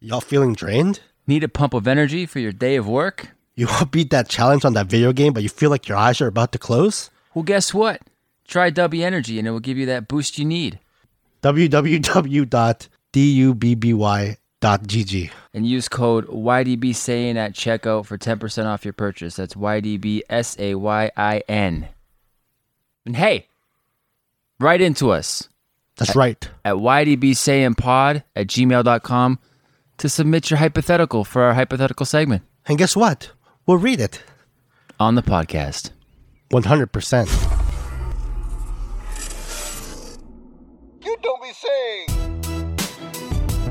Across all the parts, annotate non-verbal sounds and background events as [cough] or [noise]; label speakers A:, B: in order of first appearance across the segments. A: Y'all feeling drained?
B: Need a pump of energy for your day of work?
A: You [laughs] all beat that challenge on that video game, but you feel like your eyes are about to close?
B: Well, guess what? Try W Energy and it will give you that boost you need.
A: www.dubby.gg.
B: And use code YDBSAYIN at checkout for 10% off your purchase. That's YDBSAYIN. And hey, write into us
A: That's right.
B: at YDBSayinPod at gmail.com to submit your hypothetical for our hypothetical segment
A: And guess what? We'll read it.
B: on the podcast.
A: 100%.
C: You don't be saying.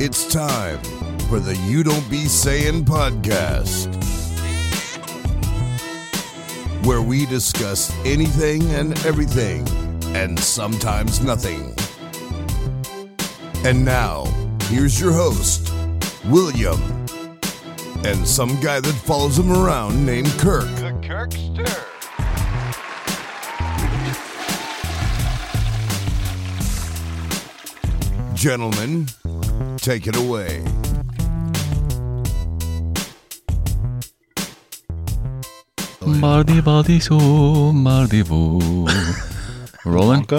D: It's time for the You Don't Be Saying podcast, where we discuss anything and everything, and sometimes nothing. And now, here's your host, William, and some guy that follows him around named Kirk.
C: The Kirkster.
D: Gentlemen, take it away.
B: Mardi Baldi So [laughs] Maldivo. Rolling? [laughs]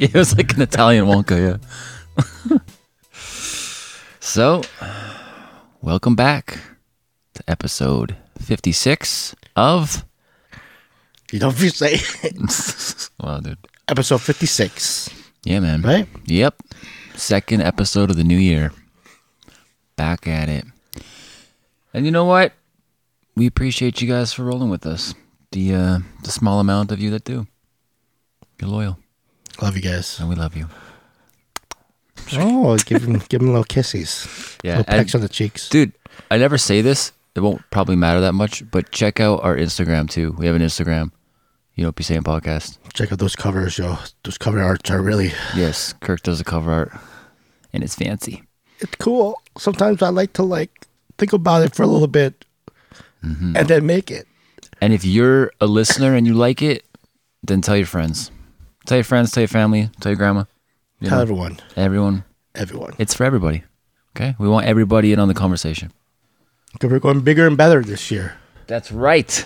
B: it was like an Italian Wonka, yeah. [laughs] so, welcome back to episode 56 of.
A: [laughs]
B: [laughs]
A: you don't be saying.
B: Wow, dude.
A: [laughs] Episode 56,
B: Yeah, man.
A: right?
B: Yep. Second episode of the new year. Back at it. And you know what? We appreciate you guys for rolling with us. The uh, the small amount of you that do. You're loyal,
A: Love you guys.
B: and we love you.
A: [laughs] Oh, give him, give him little kissies.
B: Yeah,
A: Little pecks on
B: and-
A: the cheeks.
B: Dude, I never say this. It won't probably matter that much, but check out our Instagram too. We have an Instagram. You don't be saying [laughs] podcast.
A: Check out those covers, yo. Those cover arts are really
B: Yes, Kirk does the cover art, and it's fancy.
A: it's cool. Sometimes I like to like think about it for a little bit
B: Mm-hmm.
A: and then make it.
B: And if you're a listener and you like it, then tell your friends. Tell your friends, tell your family, tell your grandma,
A: Tell everyone,
B: everyone.
A: everyone.
B: It's for everybody. Okay? We want everybody in on the conversation.
A: 'Cause we're going bigger and better this year.
B: That's right.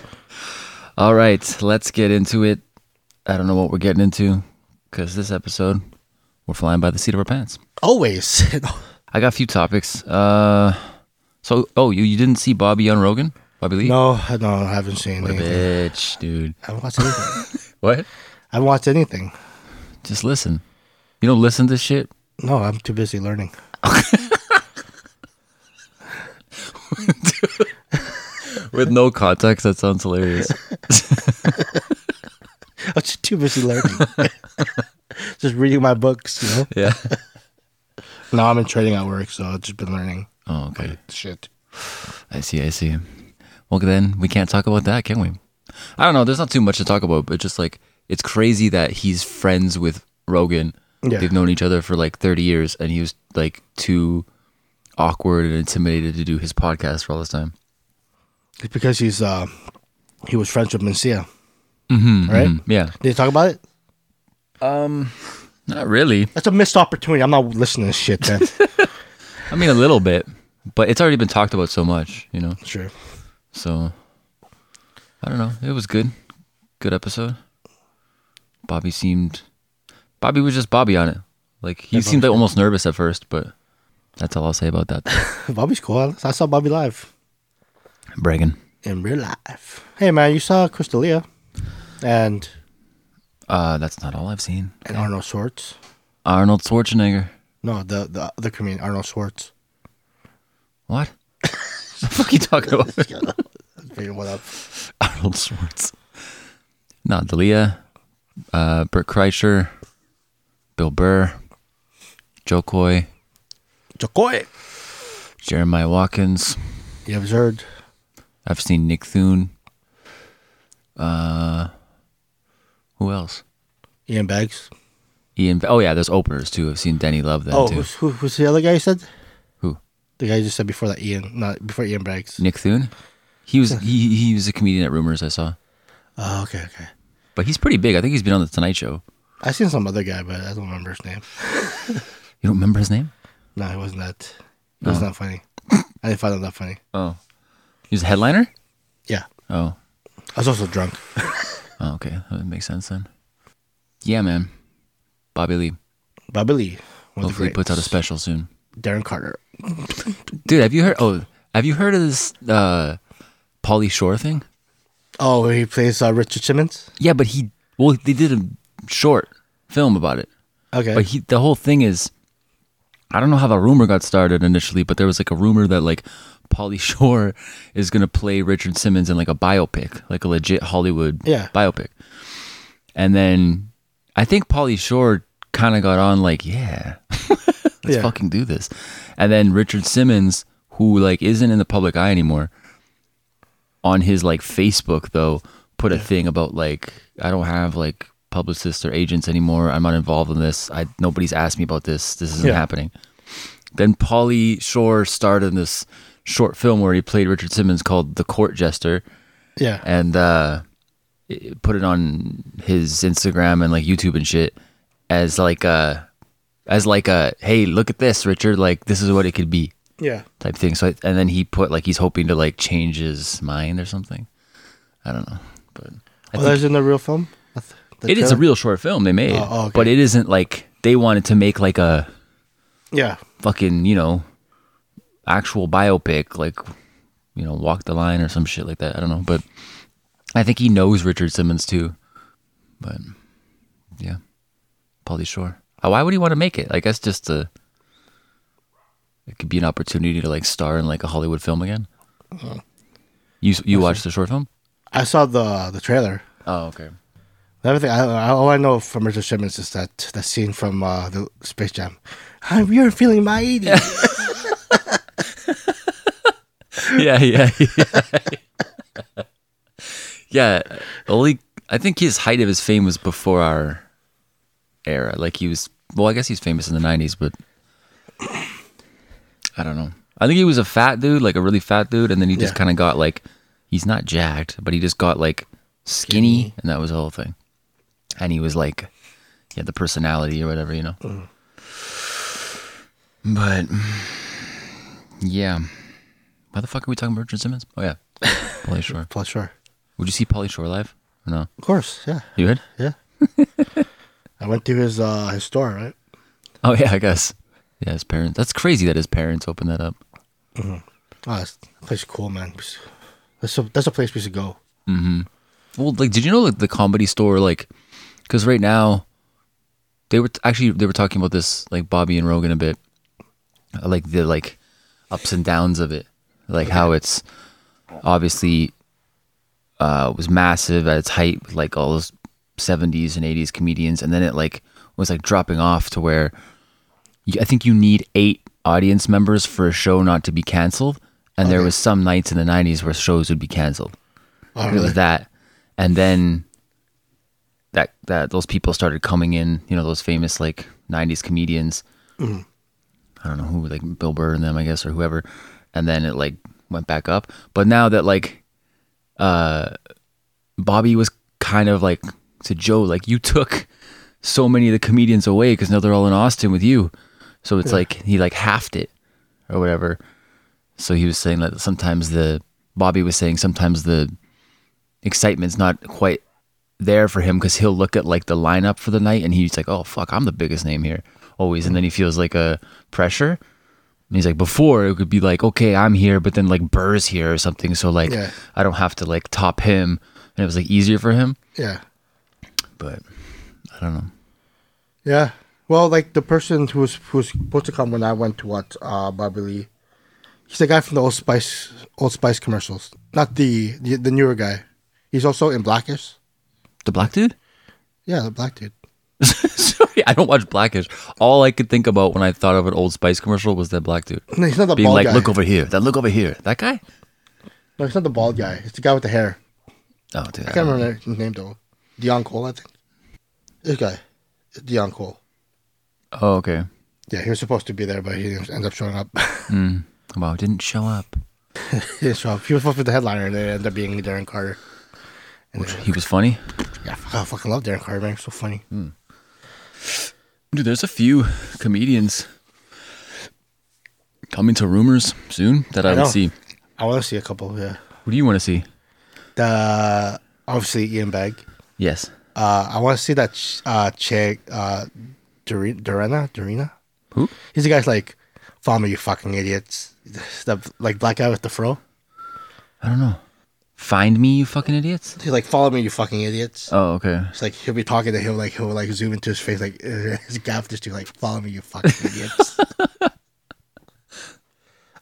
B: All right, let's get into it. I don't know what we're getting into because this episode, we're flying by the seat of our pants.
A: Always. [laughs]
B: I got a few topics. Uh, so, oh, you, you didn't see Bobby on Rogan? Bobby Lee?
A: no, no, I haven't seen
B: What a
A: anything.
B: bitch, dude.
A: I haven't watched anything.
B: What?
A: I haven't watched anything.
B: Just listen. You don't listen to shit?
A: No, I'm too busy learning. [laughs]
B: With no context, that sounds hilarious.
A: I'm just too busy learning. [laughs] just reading my books, you know?
B: Yeah.
A: [laughs] No, I'm in training at work, so I've just been learning.
B: [laughs] Oh, okay.
A: Shit.
B: I see. I see. Well, then we can't talk about that, can we? I don't know. There's not too much to talk about, but just like it's crazy that he's friends with Rogan.
A: Yeah.
B: They've known each other for like 30 years, and he was like too awkward and intimidated to do his podcast for all this time.
A: It's because he's uh he was friends with Mencia. Mm-hmm, right?
B: Mm, Yeah.
A: Did you talk about it?
B: Not really.
A: That's a missed opportunity. I'm not listening to this shit, [laughs] man.
B: I mean, a little bit, but it's already been talked about so much, you know?
A: sure.
B: So I don't know. It was good. Good episode. Bobby seemed Bobby was just Bobby on it. Like he seemed like almost nervous at first, but that's all I'll say about that.
A: Bobby's cool. I saw Bobby live
B: [laughs] Bragging.
A: in real life. Hey man, you saw Crystalia and
B: Uh that's not all I've seen.
A: and Arnold Schwartz.
B: Arnold Schwarzenegger.
A: No, the the other comedian Arnold Schwartz.
B: What? [laughs] the fuck you talking about? [laughs]
A: Figure what up.
B: Arnold Schwartz. No, Dalia, uh Burt Kreischer, Bill Burr, Joe Coy,
A: Jokoi.
B: Jeremiah Watkins.
A: You have heard.
B: I've seen Nick Thune. Uh, who else?
A: Ian Bags.
B: Ian. Oh yeah, there's openers too. I've seen Danny Love then
A: Oh,
B: too.
A: who's, who, who's the other guy you said?
B: Who?
A: The guy you just said before that Ian, not before Ian Bags.
B: Nick Thune. He was he he was a comedian at Rumors I saw,
A: Oh, okay, okay.
B: but he's pretty big. I think he's been on the Tonight Show.
A: I seen some other guy, but I don't remember his name.
B: You don't remember his name?
A: No, it wasn't that. That's not funny. I didn't find that that funny.
B: Oh, he's a headliner.
A: Yeah.
B: Oh,
A: I was also drunk.
B: oh okay, that makes sense then. Yeah, man, Bobby Lee.
A: Bobby Lee. One of the
B: Hopefully, he
A: greats.
B: puts out a special soon.
A: Darren Carter.
B: Dude, have you heard? Oh, have you heard of this uh, Pauly Shore thing?
A: Oh, he plays uh, Richard Simmons.
B: Yeah, but he well, they did a short film about it.
A: Okay.
B: But he, the whole thing is, I don't know how the rumor got started initially, but there was like a rumor that like Polly [laughs] Shore is gonna play Richard Simmons in like a biopic, like a legit Hollywood
A: Yeah.
B: biopic. And then I think Polly Shore kind of got on like, yeah, [laughs] let's
A: Yeah.
B: fucking do this. And then Richard Simmons, who like isn't in the public eye anymore, on his like Facebook though, put a thing about like I don't have like publicists or agents anymore. I'm not involved in this. I nobody's asked me about this. This isn't
A: Yeah.
B: happening. Then Pauly Shore starred in this short film where he played Richard Simmons called The Court Jester
A: yeah.
B: and uh, it- put it on his Instagram and like YouTube and shit as like a as like a hey look at this Richard like this is what it could be
A: Yeah.
B: type thing. So I, and then he put like he's hoping to like change his mind or something. I don't know, but I
A: Oh,
B: think
A: that's in the real film.
B: it is a real short film they made,
A: Oh, oh, okay.
B: but it isn't like they wanted to make like a
A: Yeah.
B: fucking you know actual biopic like you know walk the line or some shit like that. I don't know, but I think he knows Richard Simmons too. But yeah, Pauly Shore. Uh, Why would he want to make it? I guess just to it could be an opportunity to like star in like a Hollywood film again. Uh-huh. You you watched the short film?
A: I saw the the trailer.
B: Oh okay.
A: Everything I, I all I know from Richard Simmons is that that scene from uh, the Space Jam. I'm, you're feeling
B: [laughs]
A: mighty.
B: yeah, yeah, [laughs] yeah. yeah. Only I think his height of his fame was before our era. Like he was well, I guess he's famous in the nineties, but I don't know. I think he was a fat dude, like a really fat dude, and then he just
A: Yeah.
B: kinda got like he's not jacked, but he just got like skinny, and that was the whole thing. And he was like he had the personality or whatever, you know. But yeah. Why the fuck are we talking about Richard Simmons? Oh yeah, Polly Shore.
A: Well, sure.
B: Would you see Polly Shore live? Or no,
A: Of course. Yeah.
B: you would.
A: Yeah.
B: [laughs]
A: I went to his uh, his store, right?
B: Oh yeah, I guess. Yeah, his parents. That's crazy that his parents opened that up.
A: Oh, that's, that place is cool, man. That's a, that's a place we should go.
B: Well, like, did you know like the comedy store like? Because right now, they were actually they were talking about this like Bobby and Rogan a bit, uh, like the like ups and downs of it, like how it's obviously uh was massive at its height, with, like all those seventies and eighties comedians, and then it like was like dropping off to where you, I think you need eight audience members for a show not to be canceled, and there was some nights in the nineties where shows would be canceled.
A: Oh,
B: It
A: really?
B: was that, and then that that those people started coming in. You know, those famous like '90s comedians.
A: Mm-hmm.
B: I don't know who, like Bill Burr and them, I guess, or whoever. And then it like went back up. But now that like, uh, Bobby was kind of like to Joe, like you took so many of the comedians away because now they're all in Austin with you. So it's like he like halved it or whatever. So he was saying that sometimes the Bobby was saying sometimes the excitement's not quite there for him because he'll look at like the lineup for the night and he's like, oh fuck, I'm the biggest name here always, and then he feels like a pressure. And he's like, before it could be like, okay, I'm here, but then like Burr's here or something, so like
A: Yeah.
B: I don't have to like top him, and it was like easier for him.
A: Yeah.
B: But I don't know.
A: Yeah. Well, like the person who was who was supposed to come when I went to watch uh, Bobby Lee, he's the guy from the Old Spice Old Spice commercials. Not the the, the newer guy. He's also in Blackish.
B: The black dude? [laughs]
A: Yeah, the black dude.
B: Sorry, I don't watch Blackish. All I could think about when I thought of an Old Spice commercial was that black dude
A: No, he's not Mm, the
B: being
A: bald
B: like,
A: guy.
B: "Look over here, that look over here, that guy."
A: no, he's not the bald guy. It's the guy with the hair.
B: Oh, dude, I
A: I
B: don't
A: can't
B: know.
A: remember his name though. Dion Cole, I think. This guy, Dion Cole.
B: Oh, okay.
A: Yeah, he was supposed to be there, but he didn't end up showing up. [laughs]
B: Wow, didn't show up.
A: he didn't show up. He was supposed to be the headliner, and it ended up being Darren Carter.
B: He was funny.
A: Yeah, fuck, I fucking love Darren Carter, man. He's so funny.
B: Mm. Dude, there's a few comedians Coming to rumors soon that I,
A: know.
B: would see.
A: I want to see a couple. Yeah,
B: What do you want to see?
A: the obviously Ian Bag.
B: Yes.
A: Uh, I want to see that ch- uh, Che uh, Dur- Durana Durina.
B: Who?
A: He's the guy's like, "Follow me, you fucking idiots!" The like black guy with the fro.
B: I don't know. Find me, you fucking idiots.
A: He's like, "Follow me, you fucking idiots!"
B: Oh, okay.
A: It's like he'll be talking to him, like he'll like zoom into his face, like [laughs] uh, his gaff just to like, "Follow me, you fucking [laughs] idiots!"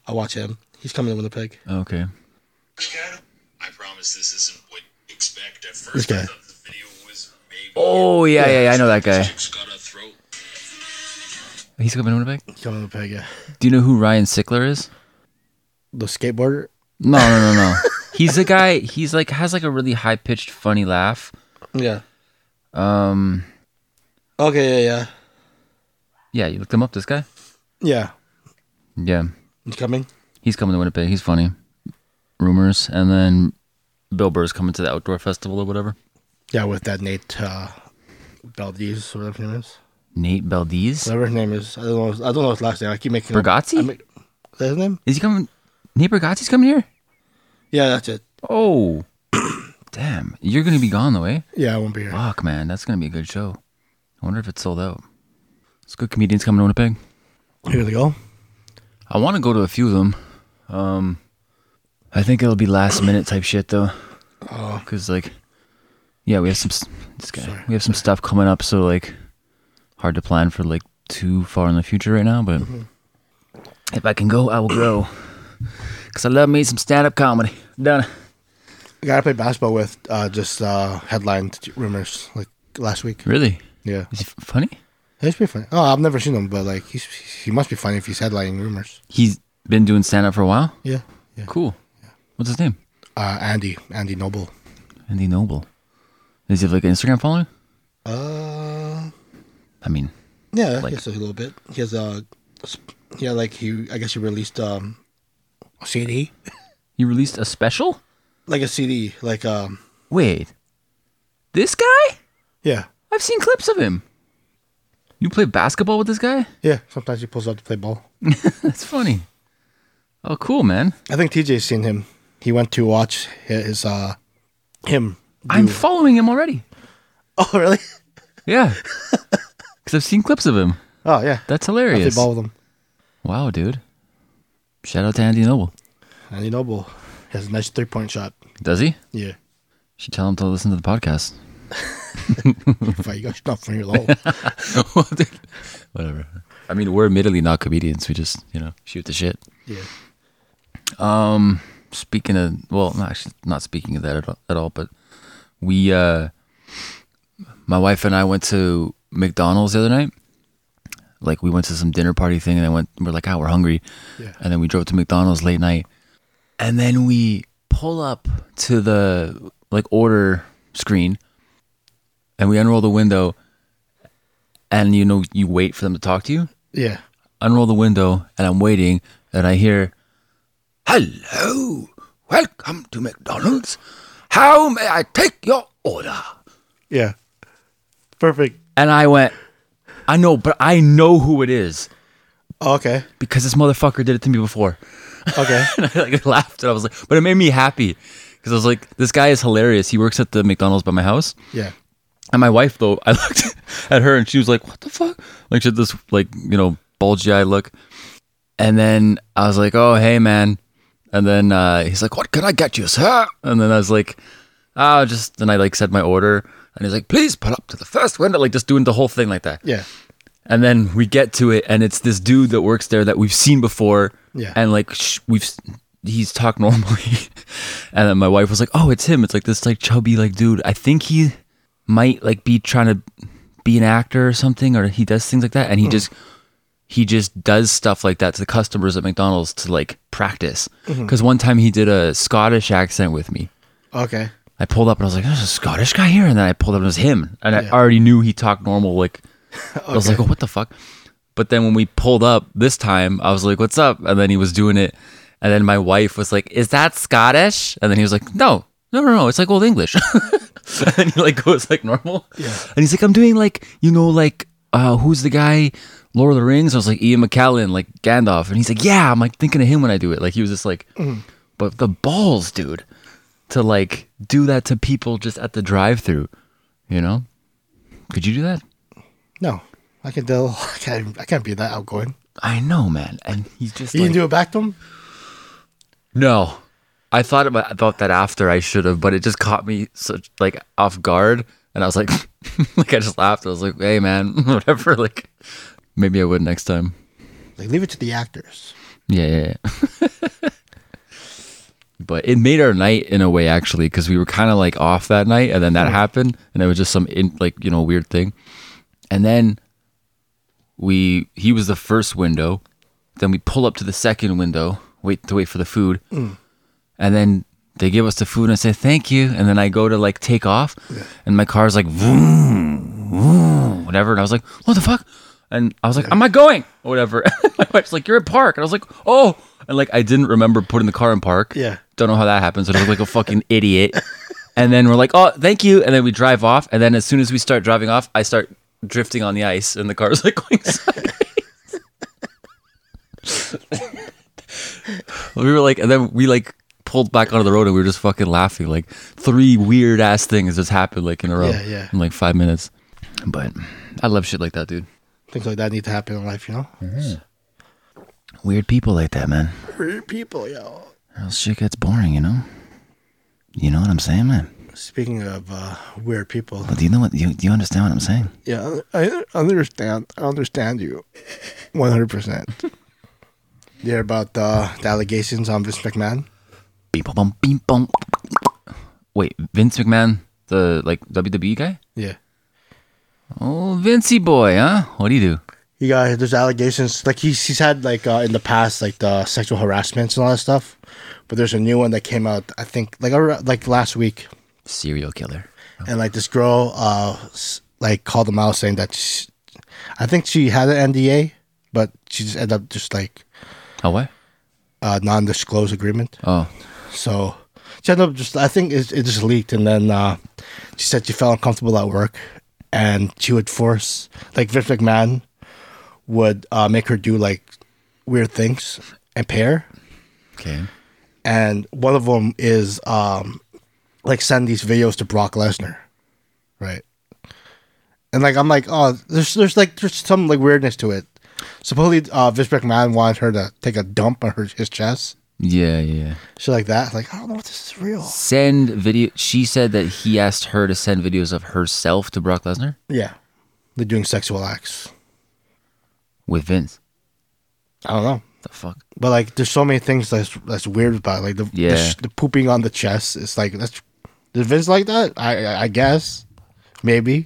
A: I watch him. He's coming to Winnipeg.
B: Okay.
E: I promise this isn't what you expect. At
A: This
E: first,
A: guy.
E: I thought the video was maybe.
B: Oh yeah, yeah, yeah, I know that guy.
E: Chick's got a throat.
B: He's coming to Winnipeg.
A: He's coming to Winnipeg. Yeah,
B: Do you know who Ryan Sickler is?
A: the skateboarder.
B: No, no, no, no. [laughs] he's the guy. He's like has like a really high pitched, funny laugh.
A: Yeah.
B: Um,
A: Okay. Yeah.
B: yeah, you looked him up. This guy.
A: Yeah. Yeah.
B: Yeah,
A: He's coming.
B: he's coming to Winnipeg. He's funny. Rumors, and then Bill Burr's coming to the outdoor festival or whatever.
A: Yeah, with that Nate uh, Valdez, whatever his name is.
B: Nate Beldiz.
A: Whatever his name is. I don't know. His, I don't know his last name. I keep making. up-
B: Bergazzi?
A: I make- is that his name?
B: Is he coming? Nate Bergazzi's coming here.
A: Yeah, that's it.
B: Oh, [coughs] damn! You're gonna be gone though, eh?
A: Yeah, I won't be here.
B: Fuck, man, that's gonna be a good show. I wonder if it's sold out. It's good comedians coming to Winnipeg.
A: Here we go.
B: I want to go to a few of them. Um, I think it'll be last minute type shit though. Oh, because like, yeah, we have some s- this guy. We have some stuff coming up, so like, hard to plan for like too far in the future right now. But if I can go, I will go. Cause I love me some stand up comedy. Done.
A: I gotta play basketball with uh, just uh, headline rumors like last week.
B: Really?
A: Yeah,
B: Is he f- funny?
A: he's pretty funny. Oh, I've never seen him, but like he's he must be funny if he's headlining rumors.
B: He's been doing stand up for a while.
A: Yeah, yeah.
B: Cool. What's his name?
A: Uh, Andy, Andy Noble.
B: Andy Noble. Does he have like an Instagram following?
A: Uh,
B: I mean,
A: yeah, I
B: Like-
A: guess a little bit. He has a yeah, like he I guess he released um a CD,
B: he released a special?
A: like a CD, like um
B: Wait. This guy?
A: yeah.
B: I've seen clips of him. You play basketball with this guy? [laughs]
A: Yeah, sometimes he pulls out to play ball.
B: That's funny. Oh, cool, man.
A: I think TJ's seen him. He went to watch his uh him.
B: I'm following him already.
A: [laughs] Oh really?
B: Yeah. Because I've seen clips of him.
A: Oh yeah.
B: That's
A: I played
B: hilarious.
A: ball with him.
B: Wow, dude. Shout out to Andy Noble.
A: Andy Noble has a nice three point shot.
B: Does he?
A: Yeah.
B: Should tell him to listen to the podcast.
A: If I got stuff from your [laughs] low.
B: [laughs] Whatever. I mean, we're admittedly not comedians. We just, you know, shoot the shit. Um,
A: Yeah.
B: speaking of well no, actually not speaking of that at all, at all but we uh my wife and i went to mcdonald's the other night like we went to some dinner party thing and i went we're like oh we're hungry
A: Yeah.
B: and then we drove to mcdonald's late night and then we pull up to the like order screen and we unroll the window and you know you wait for them to talk to you
A: Yeah.
B: unroll the window and I'm waiting and I hear, Hello, welcome to McDonald's. How may I take your order?
A: Yeah. Perfect.
B: And I went, I know, but I know who it is
A: Oh, okay.
B: because this motherfucker did it to me before. [laughs]
A: [laughs] Okay.
B: And I like laughed and I was like, but it made me happy because I was like, this guy is hilarious. He works at the McDonald's by my house.
A: yeah.
B: And my wife though, [laughs] I looked at her and she was like, "What the fuck?" Like she had this like you know bulgy eye look. And then I was like, "Oh hey man," and then uh, he's like, "What can I get you, sir?" And then I was like, "Oh just." Then I like said my order, and he's like, "Please put up to the first window," like just doing the whole thing like that.
A: Yeah.
B: And then we get to it, and it's this dude that works there that we've seen before.
A: Yeah.
B: And like sh- we've, s- he's talked [laughs] normally, and then my wife was like, "Oh, it's him. It's like this like chubby like dude. I think he might like be trying to be an actor or something, or he does things like that." And he just he just does stuff like that to the customers at McDonald's to like practice. Because one time he did a Scottish accent with me.
A: Okay.
B: I pulled up and I was like, "There's a Scottish guy here," and then I pulled up and it was him, and I already knew he talked normal. Like, I was like, "Oh, what the fuck?" But then when we pulled up this time, I was like, "What's up?" And then he was doing it, and then my wife was like, "Is that Scottish?" And then he was like, "No, no, no, no, it's like old English." [laughs] and he like goes like normal, yeah. and he's like, "I'm doing like you know like uh, who's the guy Lord of the Rings, I was like Ian McKellen, like Gandalf, and he's like, yeah, I'm like thinking of him when I do it. Like he was just like, but the balls, dude, to like do that to people just at the drive-through, you know? Could you do that?
A: No, I can tell. [laughs] I can't. I can't be that outgoing.
B: I know, man. And he's just
A: You
B: like,
A: can do it back to him.
B: No, I thought about, about that after I should have, but it just caught me such like off guard, and I was like, [laughs] like I just laughed. I was like, hey man, [laughs] whatever. Like maybe I would next time.
A: Like leave it to the actors.
B: Yeah, yeah. yeah. [laughs] but it made our night in a way actually because we were kind of like off that night, and then that happened, and it was just some in, like you know weird thing, and then we he was the first window, then we pull up to the second window, wait to wait for the food, and then. They give us the food and I say thank you, and then I go to like take off, and my car's like vroom, vroom, whatever, and I was like, what the fuck? And I was like, I'm not going, or whatever. [laughs] my wife's like, you're in park, and I was like, oh, and like I didn't remember putting the car in park.
A: Yeah.
B: don't know how that happens. And I look like a fucking idiot. [laughs] And then we're like, oh, thank you, and then we drive off, and then as soon as we start driving off, I start drifting on the ice, and the car's like going [laughs] sideways. we were like, and then we like pulled back onto the road, and we were just fucking laughing. Like three weird ass things just happened like in a row.
A: Yeah, yeah.
B: In like five minutes. But I love shit like that, dude.
A: Things like that need to happen in life, you know.
B: Weird people like that, man.
A: Weird people, yo.
B: Or else shit gets boring, you know. You know what I'm saying, man.
A: Speaking of uh, weird people,
B: But do you know what you do? You understand what I'm saying?
A: yeah, I I understand. I understand you, one hundred [laughs] percent. Yeah, about uh, the allegations on Vince McMahon.
B: Beep bum beep bum. Wait, Vince McMahon, the like WWE guy?
A: Yeah,
B: Oh, Vincey boy, huh? What do you do?
A: he got there's allegations like he's he's had like uh, in the past like the sexual harassments and all that stuff, but there's a new one that came out I think like ar- like last week
B: Serial killer.
A: and like this girl uh s- like called him out saying that sh I think she had an NDA but she just ended up just like
B: Oh what?
A: uh non-disclose agreement
B: Oh,
A: so she ended up just I think it, it just leaked and then uh she said she felt uncomfortable at work and she would force like Vince McMahon would uh make her do like weird things and pay her
B: okay.
A: and one of them is um like send these videos to Brock Lesnar, right? And like I'm like, oh, there's there's like there's some like weirdness to it. Supposedly, uh, Vince McMahon wanted her to take a dump on her his chest,
B: Yeah, yeah.
A: shit like that. Like I don't know if this is real.
B: Send video. She said that he asked her to send videos of herself to Brock Lesnar
A: Yeah, they're doing sexual acts.
B: with Vince.
A: I don't know,
B: The fuck?
A: but like there's so many things that's that's weird about it. like the the,
B: Yeah.
A: sh- the pooping on the chest. It's like that's did Vince like that? I I- I guess maybe,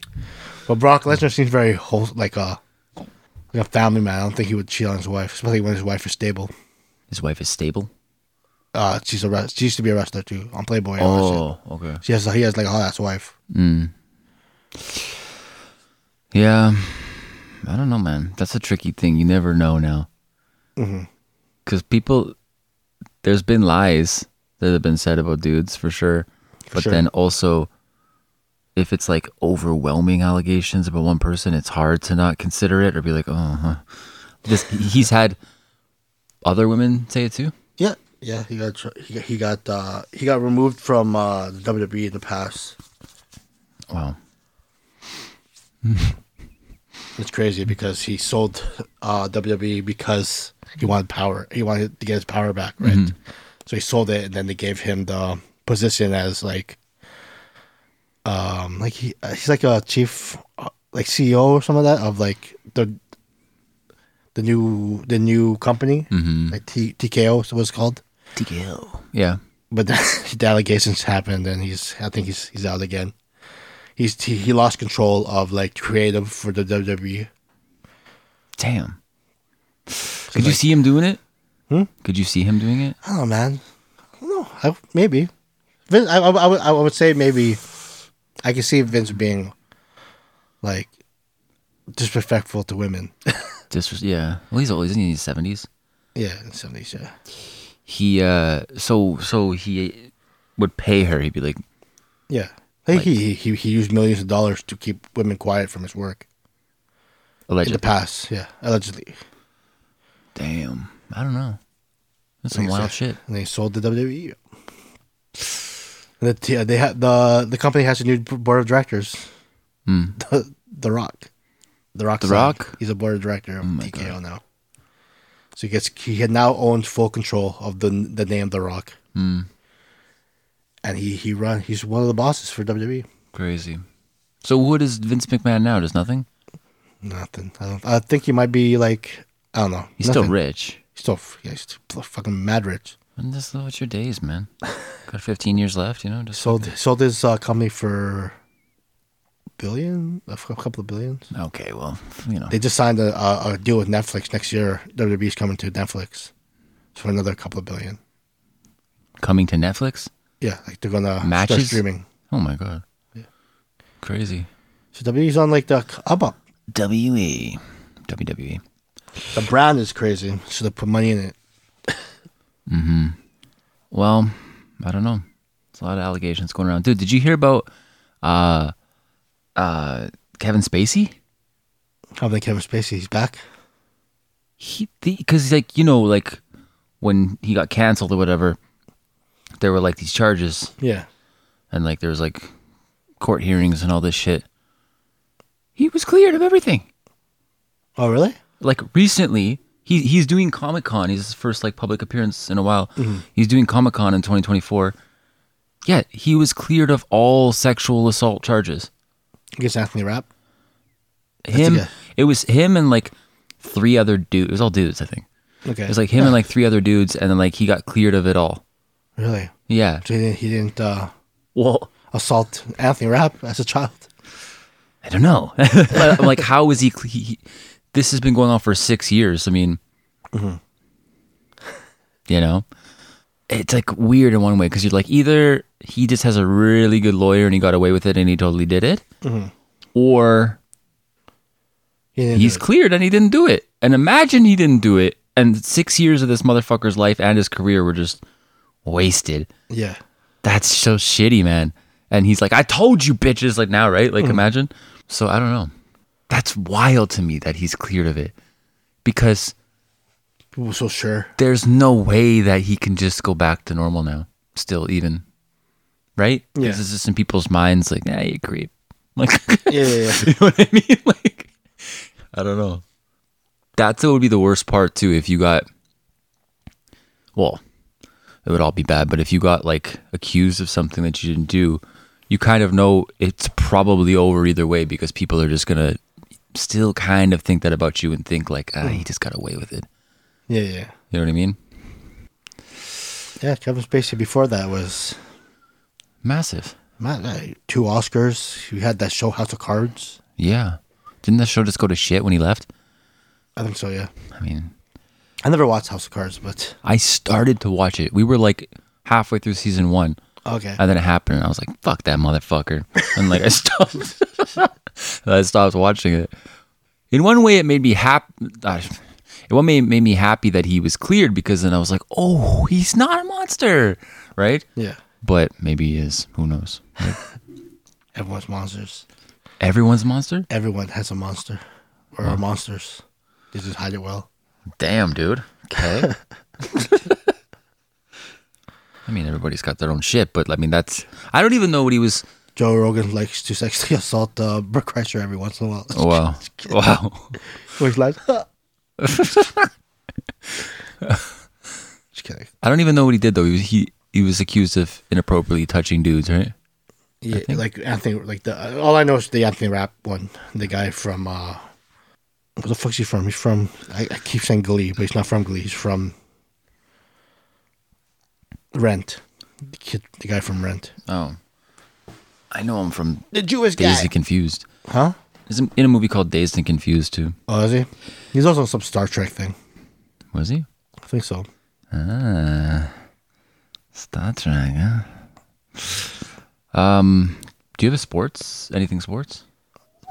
A: but Brock Lesnar seems very whole like a like a family man. I don't think he would cheat on his wife, especially when his wife is stable.
B: His wife is stable.
A: Uh, she's a wres- she used to be a wrestler too on Playboy. and all that shit.
B: Oh, okay.
A: she has he has like a hot ass wife.
B: Yeah, I don't know, man. That's a tricky thing. You never know now, because people, there's been lies that have been said about dudes for sure, but
A: sure.
B: then also, if it's like overwhelming allegations about one person, it's hard to not consider it or be like, oh, huh. this. He's had other women say it too.
A: Yeah, yeah, he got tr- he got he got, uh, he got removed from uh, the WWE in the past.
B: Wow.
A: It's crazy because he sold uh, WWE because he wanted power. He wanted to get his power back, right? So he sold it, and then they gave him the position as like, um, like he uh, he's like a chief, uh, like CEO or some of that of like the the new the new company, like T- TKO is what it's called. TKO.
B: Yeah.
A: But [laughs] then the allegations happened, and he's I think he's he's out again. He's he, he lost control of like creative for the E. WWE.
B: Damn. Could you see him doing it? Could you see him doing it?
A: I don't know, man. I don't know. I, maybe. Vince, I, I, I, would, I would say maybe I can see Vince being like disrespectful to women. [laughs]
B: Disres- yeah. Well, he's old. Isn't he in his seventies?
A: yeah, in some of these, yeah.
B: he uh so so he would pay her he'd be like
A: Yeah. I think he, he, he used millions of dollars to keep women quiet from his work. in the
B: Allegedly.
A: past. Yeah, allegedly.
B: Damn. I don't know. That's some wild shit.
A: And they sold the WWE. And the t- they had the the company has a new b- board of directors. [laughs] The, the Rock, the Rock,
B: Hmm. The
A: signed.
B: Rock? Oh
A: He's a board of director of
B: my
A: TKO now. So he gets he had now owns full control of the the name The Rock.
B: Hmm.
A: And he he run he's one of the bosses for E. WWE.
B: Crazy. So what is Vince McMahon now? Does nothing?
A: Nothing. I don't. I think he might be like I don't know.
B: He's
A: Nothing.
B: still rich.
A: He's still f- yeah, he's still fucking mad rich.
B: And just live out your days, [laughs] man. Got 15 years left, you know. Just
A: sold sold his uh, company for billion, a f- a couple of billions.
B: okay. Well, you know.
A: They just signed a, a, a deal with Netflix next year. WWE's coming to Netflix for another couple of billion.
B: coming to Netflix.
A: Yeah, like they're gonna start
B: Matches?
A: streaming.
B: Oh my god. Crazy.
A: So WWE's on like the c- up up.
B: WE. WWE.
A: The brand is crazy, so they put money in it.
B: Well, I don't know. It's a lot of allegations going around. Dude, did you hear about uh uh Kevin Spacey?
A: How about Kevin Spacey? He's back.
B: He because like you know like when he got canceled or whatever, there were like these charges
A: Yeah,
B: and like there was like court hearings and all this shit. He was cleared of everything.
A: Oh really?
B: Like recently, he he's doing Comic Con. He's his first like public appearance in a while. He's doing Comic Con in 2024. Yeah, he was cleared of all sexual assault charges.
A: Against Anthony Rapp.
B: Him,
A: good-
B: it was him and like three other dudes. It was all dudes, I think.
A: Okay.
B: It was like him and like three other dudes, and then like he got cleared of it all.
A: really.
B: Yeah.
A: So he didn't, he didn't uh,
B: Well,
A: assault Anthony Rapp as a child.
B: I don't know. [laughs] But I'm like, how is he, cle- he, he- This has been going on for six years. I mean, you know, it's like weird in one way because you're like, either he just has a really good lawyer and he got away with it and he totally did it, or
A: He didn't do
B: he's
A: it.
B: cleared and he didn't do it. And imagine he didn't do it, and six years of this motherfucker's life and his career were just wasted.
A: yeah.
B: That's so shitty, man. And he's like, I told you bitches, like now, right? Like, imagine. So I don't know. That's wild to me that he's cleared of it because
A: People were so sure.
B: there's no way that he can just go back to normal now, still, even. Right?
A: Yeah.
B: Because it's just in people's minds, like, nah, you creep. [laughs] Like,
A: Yeah, yeah, yeah.
B: [laughs] you know what I mean? Like, I don't know. That's what would be the worst part too. If you got, well, it would all be bad. But if you got like accused of something that you didn't do, you kind of know it's probably over either way because people are just gonna still kind of think that about you and think like, ah, he just got away with it.
A: yeah, yeah.
B: You know what I mean?
A: Yeah, Kevin Spacey before that was
B: Massive.
A: man, uh, two Oscars. You had that show House of Cards.
B: Yeah. Didn't that show just go to shit when he left?
A: I think so, yeah.
B: I mean,
A: I never watched House of Cards, but
B: I started to watch it. We were like halfway through season one.
A: okay.
B: And then it happened, and I was like, "Fuck that motherfucker!" And like I [laughs] stopped, And I stopped watching it. In one way, it made me happy. In one way, it made me happy that he was cleared because then I was like, "Oh, he's not a monster, right?"
A: yeah,
B: But maybe he is. Who knows?
A: everyone's monsters.
B: Everyone's a monster.
A: Everyone has a monster or are monsters. They just hide it well.
B: Damn, dude. Okay. [laughs] I mean, everybody's got their own shit, but I mean, that's. I don't even know what he was.
A: Joe Rogan likes to sexually [laughs] assault uh, Brooke Kreischer every once in a while. [laughs]
B: Wow. Wow.
A: He's like, [laughs] "Huh." just kidding.
B: I don't even know what he did though. He was, he, he was accused of inappropriately touching dudes, right?
A: Yeah, like Anthony, like the uh, all I know is the Anthony Rapp one, the guy from uh, where the fuck's he from? He's from I, I keep saying Glee, but he's not from Glee. He's from Rent. The kid, the guy from Rent.
B: Oh, I know him from
A: The Jewish
B: Dazed and Confused.
A: huh?
B: He's in in a movie called Dazed and Confused too.
A: Oh, is he? He's also in some Star Trek thing.
B: Was he?
A: I think so.
B: Ah, Star Trek. Huh? Um, do you have a sports? Anything sports?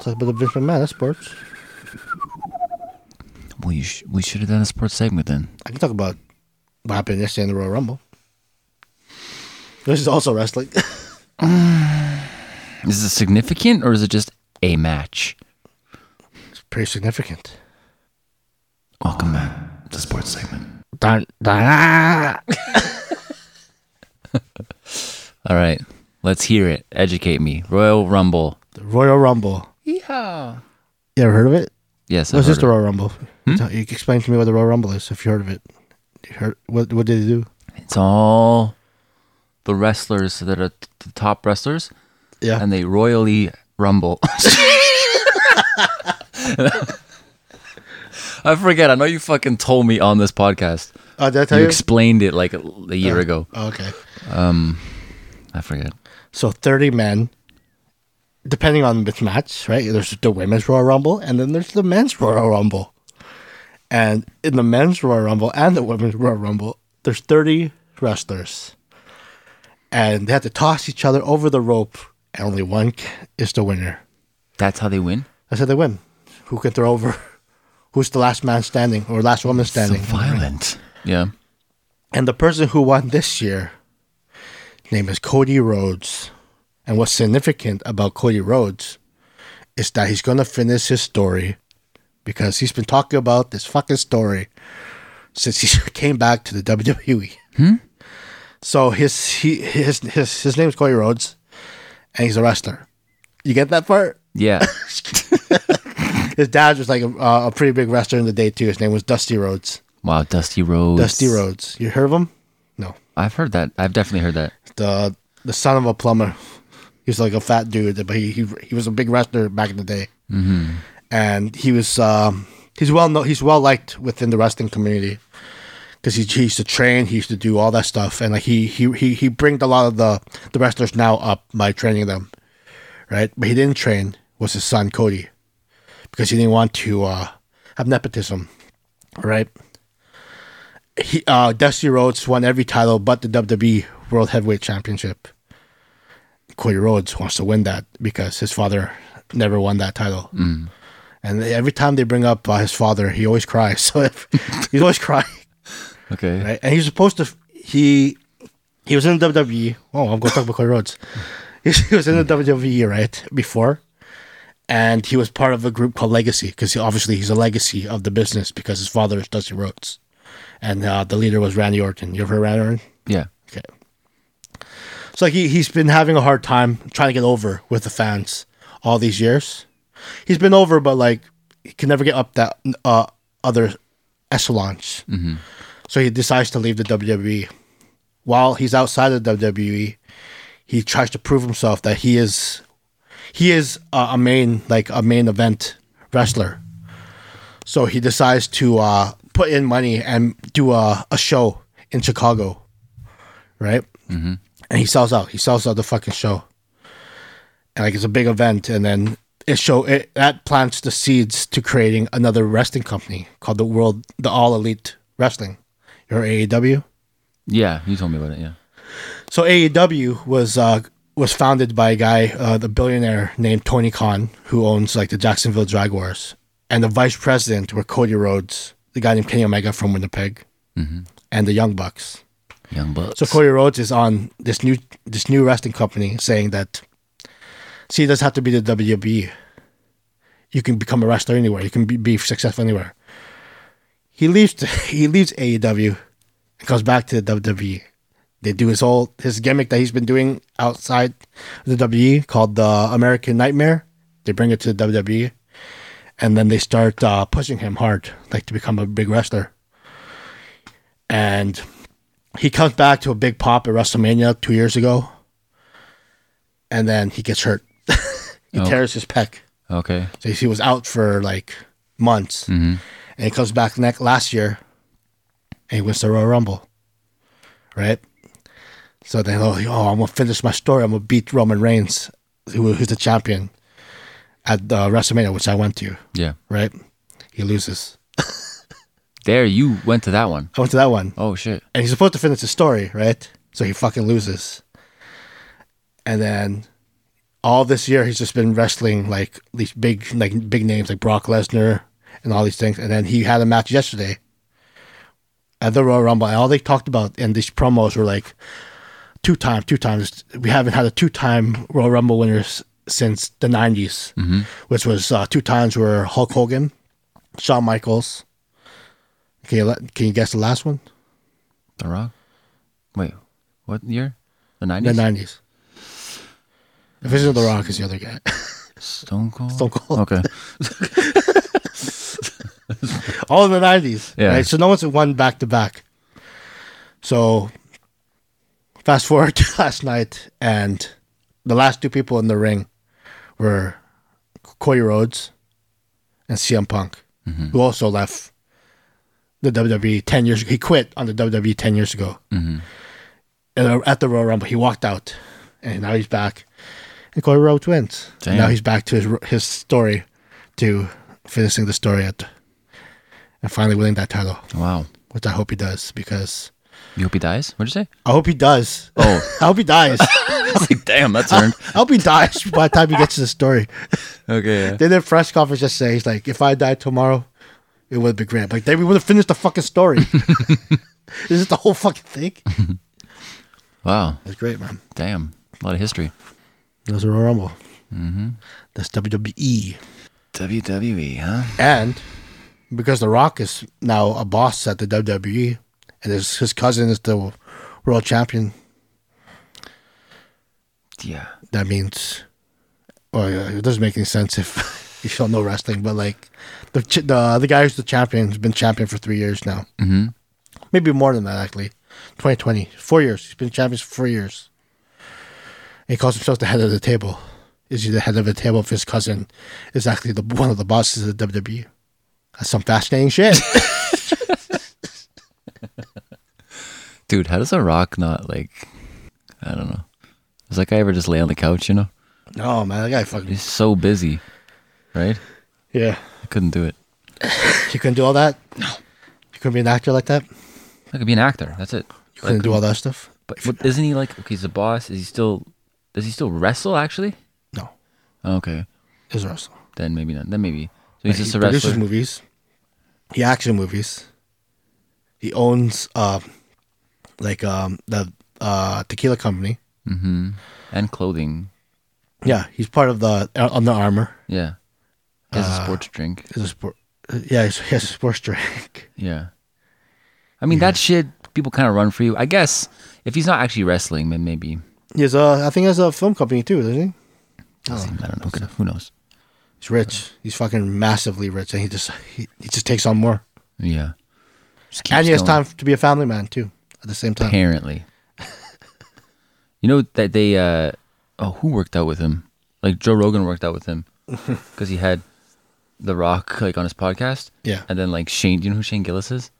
A: Talk about the Vince McMahon. That's sports.
B: Well, you sh- we should have done a sports segment then.
A: I can talk about what happened yesterday in the Royal Rumble. This is also wrestling. [laughs]
B: Is it significant or is it just a match?
A: pretty significant.
B: Welcome back to sports segment.
A: Dun, dun, ah.
B: [laughs] All right, let's hear it. Educate me. Royal Rumble.
A: The Royal Rumble.
B: Yeehaw.
A: You ever heard of it? Hmm?
B: Yes, I've
A: What's this
B: heard
A: the
B: of-
A: Royal Rumble? Tell- You explain to me what the Royal Rumble is if you heard of it. You heard what? What did they do?
B: it's all the wrestlers that are t- the top wrestlers,
A: Yeah,
B: and they royally rumble. [laughs] I forget. I know you fucking told me on this podcast.
A: uh, did I tell
B: You
A: you?
B: explained it like a, a year ago.
A: Oh, okay,
B: I forget.
A: so thirty men, depending on which match, right? There's the women's Royal Rumble, and then there's the men's Royal Rumble. And in the men's Royal Rumble and the women's Royal Rumble, there's thirty wrestlers, and they have to toss each other over the rope, and only one c- is the winner.
B: That's how they win.
A: That's how they win. Who can throw over? [laughs] Who's the last man standing or last woman standing?
B: Violent. Yeah.
A: And the person who won this year, name is Cody Rhodes. And what's significant about Cody Rhodes is that he's gonna finish his story because he's been talking about this fucking story since he [laughs] came back to the WWE. So his he his his his name is Cody Rhodes, and he's a wrestler. You get that part?
B: Yeah.
A: [laughs] His dad was like a, uh, a pretty big wrestler in the day too. His name was Dusty Rhodes.
B: Wow. Dusty Rhodes.
A: Dusty Rhodes. You heard of him? No.
B: I've heard that. I've definitely heard that.
A: The the son of a plumber. He was like a fat dude, but he he, he was a big wrestler back in the day. Mm-hmm. And he was um, he's well known. He's well liked within the wrestling community because he, he used to train. He used to do all that stuff, and like he he he he bringed a lot of the the wrestlers now up by training them, right? But he didn't train. Was his son Cody because he didn't want to uh, have nepotism, right? he, uh, Dusty Rhodes won every title but the WWE World Heavyweight Championship. Cody Rhodes wants to win that because his father never won that title. Mm. And every time they bring up uh, his father, he always cries. [laughs] So if, he's always crying,
B: Okay.
A: right? And he's supposed to. He he was in the WWE. Oh, I'm going to talk about Cody Rhodes. [laughs] He, he was in the WWE right before, and he was part of a group called Legacy because he, obviously he's a legacy of the business because his father is Dusty Rhodes, and uh, the leader was Randy Orton. You ever heard of Randy Orton?
B: Yeah.
A: Okay. So like he he's been having a hard time trying to get over with the fans all these years. He's been over, but like he can never get up that uh, other echelons. So he decides to leave the WWE. While he's outside of WWE, he tries to prove himself that he is he is uh, a main like a main event wrestler. So he decides to uh, put in money and do a, a show in Chicago right? Mm-hmm. And he sells out. He sells out the fucking show. And like it's a big event, and then it show it that plants the seeds to creating another wrestling company called the World the All Elite Wrestling, or AEW.
B: Yeah. You told me about it. Yeah.
A: So AEW was uh, was founded by a guy, uh, the billionaire named Tony Khan, who owns like the Jacksonville Jaguars, and the vice president were Cody Rhodes, the guy named Kenny Omega from Winnipeg, and the Young Bucks.
B: Young Bucks.
A: So Cody Rhodes is on this new this new wrestling company saying that see it doesn't have to be the WWE. You can become a wrestler anywhere. You can be, be successful anywhere. He leaves the, [laughs] he leaves AEW and comes back to the WWE. They do his whole his gimmick that he's been doing outside the WWE called the American Nightmare. They bring it to the WWE, and then they start uh, pushing him hard, like to become a big wrestler. And he comes back to a big pop at WrestleMania two years ago, and then he gets hurt. [laughs] he tears his pec,
B: Okay.
A: so he was out for like months, and he comes back next last year, and he wins the Royal Rumble, right? So then, oh, oh, I'm gonna finish my story. I'm gonna beat Roman Reigns, who, who's the champion at the WrestleMania, which I went to,
B: Yeah.
A: right? He loses.
B: There. You went to that one.
A: I went to that one.
B: Oh shit.
A: and he's supposed to finish the story, right? So he fucking loses. And then all this year he's just been wrestling like these big like big names like Brock Lesnar and all these things. And then he had a match yesterday at the Royal Rumble, and all they talked about in these promos were like two time, two times. We haven't had a two time Royal Rumble winners since the 90s, which was uh, two times where Hulk Hogan, Shawn Michaels. Can you, let, can you guess the last one?
B: The Rock. Wait, what year? The
A: The
B: nineties.
A: 90s. If it's not The Rock, it's the other guy. [laughs]
B: Stone Cold.
A: Stone Cold.
B: Okay.
A: All in the 90s.
B: Yeah.
A: Right? So no one's won back to back. So fast forward [laughs] to last night, and the last two people in the ring were Cody Rhodes and CM Punk,
B: Mm-hmm.
A: who also left the WWE 10 years ago. He quit on the WWE 10 years ago.
B: Mm-hmm.
A: And at the Royal Rumble, he walked out, and now he's back. And Cody Rhodes wins. And
B: Damn.
A: Now he's back to his his story, to finishing the story at, and finally winning that title,
B: Wow.
A: which I hope he does because
B: You hope he dies? What'd you say?
A: I hope he does.
B: Oh.
A: [laughs] I hope he dies.
B: [laughs] I was like, damn, that's earned.
A: I hope he dies [laughs] by the time he gets to the story.
B: [laughs] okay. yeah.
A: Then their press conference just says like, "If I died tomorrow, it would be great." Like, then we would have finished the fucking [laughs] story. Is it the whole fucking thing?
B: Wow.
A: That's great, man.
B: Damn. A lot of history.
A: That was a Royal Rumble. Mm-hmm. That's WWE,
B: WWE, E, huh?
A: and because The Rock is now a boss at the WWE, and his his cousin is the world champion.
B: Yeah.
A: That means, well, yeah, it doesn't make any sense if [laughs] you don't know wrestling. But like, the ch- the the guy who's the champion has been champion for three years now. Mm-hmm. Maybe more than that, actually. 2020, four years. He's been champion for four years. And he calls himself the head of the table. Is he the head of the table if his cousin is actually the one of the bosses of the WWE? That's some fascinating [laughs] shit.
B: Dude, how does a rock not like I don't know. Does that guy ever just lay on the couch, you know?
A: no, man, that guy fucking
B: He's so busy. Right?
A: yeah.
B: I couldn't do it.
A: You couldn't do all that. No, you couldn't be an actor like that. You
B: I could be an actor. That's it.
A: couldn't
B: Like,
A: do all that stuff.
B: But what, isn't he like okay, he's a boss? Is he still does he still wrestle actually?
A: No,
B: Okay.
A: he's a wrestler.
B: Then maybe not. Then maybe. So he's just
A: he
B: a
A: produces
B: wrestler.
A: movies. He acts in movies. He owns uh, like um, the uh, tequila company.
B: And clothing. Hmm.
A: Yeah, he's part of the uh, Under Armour.
B: Yeah. He has a
A: Ah.
B: sports drink.
A: He's a sport. Yeah, he's, he has a sports drink.
B: Yeah. I mean, that shit, people kind of run for you. I guess if he's not actually wrestling, then maybe.
A: He has a, I think he has a film company too, doesn't he? Oh,
B: I don't know. Okay, Who knows?
A: He's rich. He's fucking massively rich, and he just he, he just takes on more.
B: Yeah. Just keeps
A: and he has
B: going.
A: time to be a family man too. At the same time,
B: Apparently. you know that they, uh, oh, who worked out with him? Like Joe Rogan worked out
A: [laughs]
B: with him because he had The Rock like on his podcast.
A: Yeah.
B: And then like Shane, do you know who Shane Gillis is?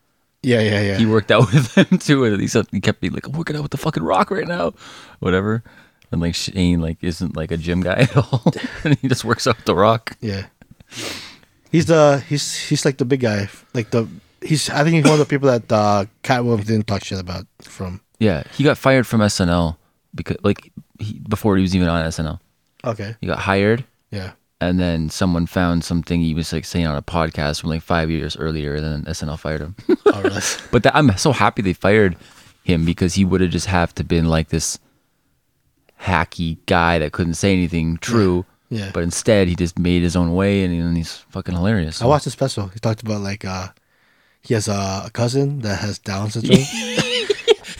A: yeah, yeah, yeah.
B: he worked out [laughs] with him too, and he said he kept being like, "I'm working out with the fucking Rock right now," whatever. And like Shane, like isn't like a gym guy [laughs] at all, and he just works out with the Rock.
A: Yeah. He's the he's he's like the big guy. Like the he's I think he's one of the people that uh Catwoman didn't talk shit about from.
B: Yeah, he got fired from SNL because like he, before he was even on SNL,
A: Okay.
B: he got hired,
A: Yeah.
B: and then someone found something he was like saying on a podcast from like five years earlier, and then SNL fired him.
A: Oh, really?
B: But that, I'm so happy they fired him because he would have just have to been like this hacky guy that couldn't say anything true.
A: Yeah.
B: But instead, he just made his own way, and, and he's fucking hilarious.
A: I watched a special. He talked about like uh he has a, a cousin that has Down [laughs] syndrome.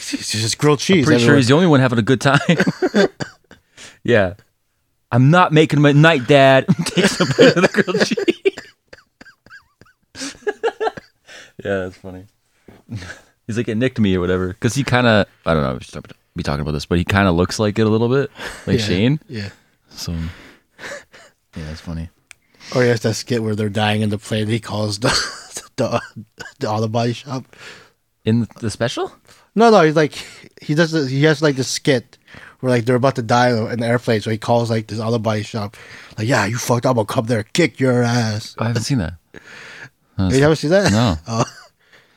A: It's just grilled cheese.
B: Pretty sure
A: everywhere.
B: he's the only one having a good time. [laughs] yeah. I'm not making my night, Dad. Takes a bite of the grilled
A: [laughs]
B: cheese. yeah, that's funny. [laughs] He's like, it nicked me or whatever. Because he kind of, I don't know, we should be talking about this, but he kind of looks like it a little bit, like
A: Yeah.
B: Shane.
A: Yeah.
B: So, yeah, that's funny.
A: Or he has Oh, that skit where they're dying in the plane. He calls the [laughs] the, the auto body shop.
B: In the special?
A: No, no, he's like he does. The, he has like this skit where like they're about to die in an airplane, so he calls like this other body shop, like, "Yeah, you fucked up. I'll come there, and kick your ass."
B: I haven't seen that.
A: you never see that? [laughs]
B: No.
A: Oh.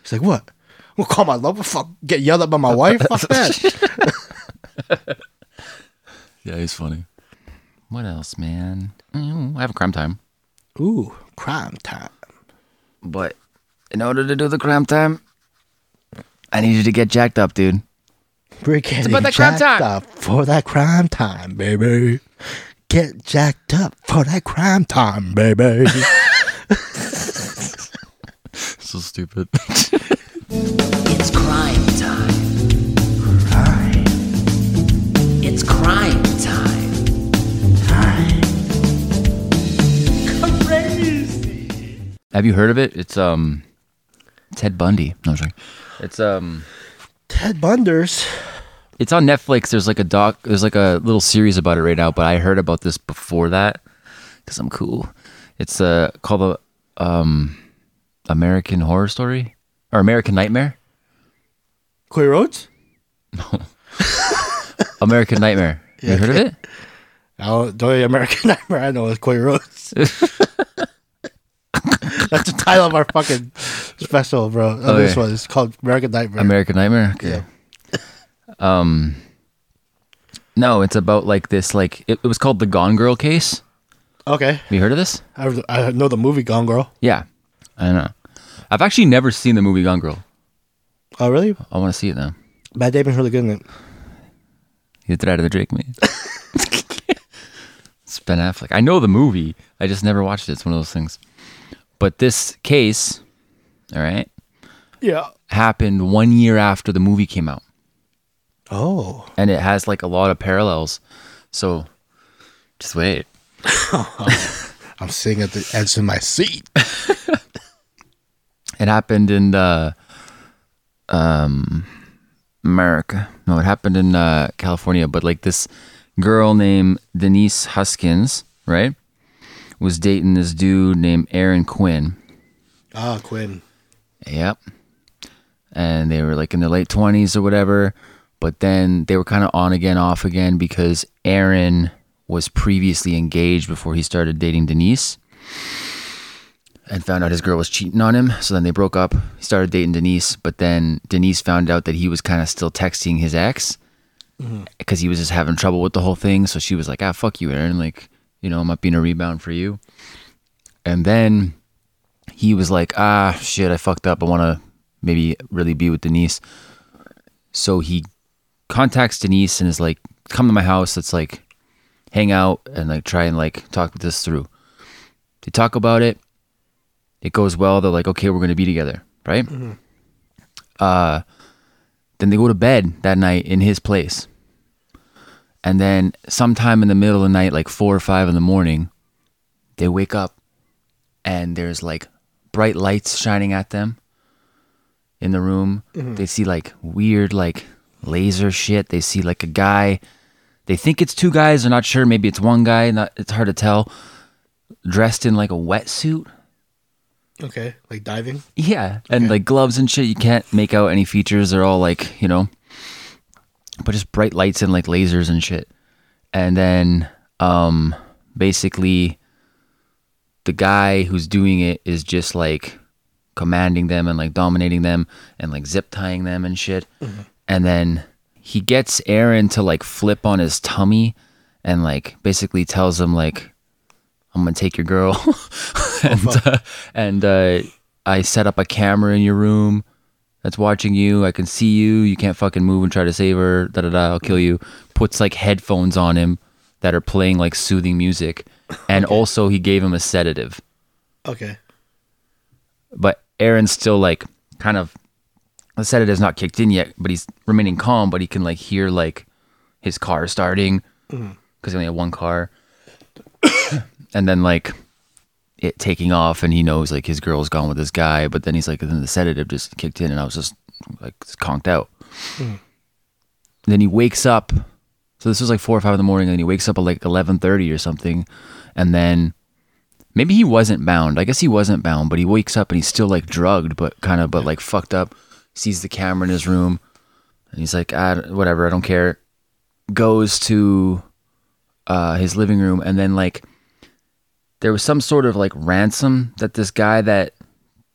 A: he's like, "What? Well, call my lover. Fuck, get yelled at by my wife.
B: [laughs]
A: Fuck that."
B: Yeah, he's funny. What else, man? Mm, I have a crime time.
A: Ooh, crime time.
B: But in order to do the crime time, I need you to get jacked up, dude.
A: We're getting
B: about that crime
A: jacked
B: time.
A: up for that crime time, baby. get jacked up for that crime time,
B: [laughs]
A: baby.
B: So stupid. [laughs]
F: It's crime time. Crime. It's crime time.
B: Have you heard of it? It's um Ted Bundy. No, I'm sorry. It's um
A: Ted Bunders.
B: it's on Netflix. There's like a doc. There's like a little series about it right now. But I heard about this before that because I'm cool. It's uh called the um American Horror Story or American Nightmare.
A: Corey Rhodes?
B: American Nightmare. You heard of it?
A: Oh, the only American [laughs] Nightmare I know is [laughs] Corey Rhodes.
B: [laughs]
A: That's the title of our fucking special, bro. Oh, This
B: Okay.
A: one is called American Nightmare.
B: American Nightmare. Okay. Um, no, it's about like this. Like it, it was called the Gone Girl case.
A: okay,
B: Have you heard of this?
A: I, I know the movie Gone Girl.
B: Yeah, I know. I've actually never seen the movie Gone Girl.
A: Oh, really?
B: I want to see it though.
A: Matt Damon's really good in it.
B: You tried to trick me. it's Ben Affleck. I know the movie. I just never watched it. It's one of those things. But this case, all right,
A: Yeah.
B: happened one year after the movie came out,
A: Oh,
B: and it has like a lot of parallels. So, just wait.
A: [laughs] I'm sitting at the edge of my seat.
B: [laughs] It happened in uh, um, America. No, it happened in uh, California. But like this girl named Denise Huskins, right, was dating this dude named Aaron Quinn.
A: Ah, Quinn.
B: Yep. And they were like in their late twenties or whatever. But then they were kind of on again, off again because Aaron was previously engaged before he started dating Denise and found out his girl was cheating on him. So then they broke up. He started dating Denise, but then Denise found out that he was kind of still texting his ex because he was just having trouble with the whole thing. So she was like, ah, fuck you, Aaron. Like, you know, I'm not being a rebound for you. And then he was like, ah, shit, I fucked up. I want to maybe really be with Denise. So he contacts Denise and is like, come to my house. Let's like hang out and like try and like talk this through. They talk about it. It goes well. They're like, okay, we're going to be together. Right. Uh, then they go to bed that night in his place. And then sometime in the middle of the night, like four or five in the morning, they wake up and there's like bright lights shining at them in the room. They see like weird like laser shit. They see like a guy. They think it's two guys. They're not sure. Maybe it's one guy. Not it's hard to tell. Dressed in like a wetsuit.
A: Okay, like diving.
B: Yeah, and like gloves and shit. You can't make out any features. They're all like you know, but just bright lights and like lasers and shit. And then um basically the guy who's doing it is just like commanding them and like dominating them and like zip tying them and shit. And then he gets Aaron to like flip on his tummy and like basically tells him like I'm gonna take your girl [laughs] and uh, and uh, I set up a camera in your room that's watching you. I can see you. You can't fucking move and try to save her. Da da da. I'll kill you. Puts like headphones on him that are playing like soothing music, and also he gave him a sedative
A: Okay.
B: but Aaron's still like kind of the sedative's not kicked in yet, but he's remaining calm, but he can like hear like his car starting because he only had one car, [coughs] and then like it taking off, and he knows like his girl's gone with this guy, but then he's like, then the sedative just kicked in, and I was just like conked out. Then he wakes up. So this was like four or five in the morning, and he wakes up at like eleven thirty or something, and then maybe he wasn't bound. I guess he wasn't bound, but he wakes up and he's still like drugged, but kind of, but like fucked up. Sees the camera in his room, and he's like, I, don't- whatever, I don't care. Goes to uh, his living room, and then like there was some sort of like ransom that this guy that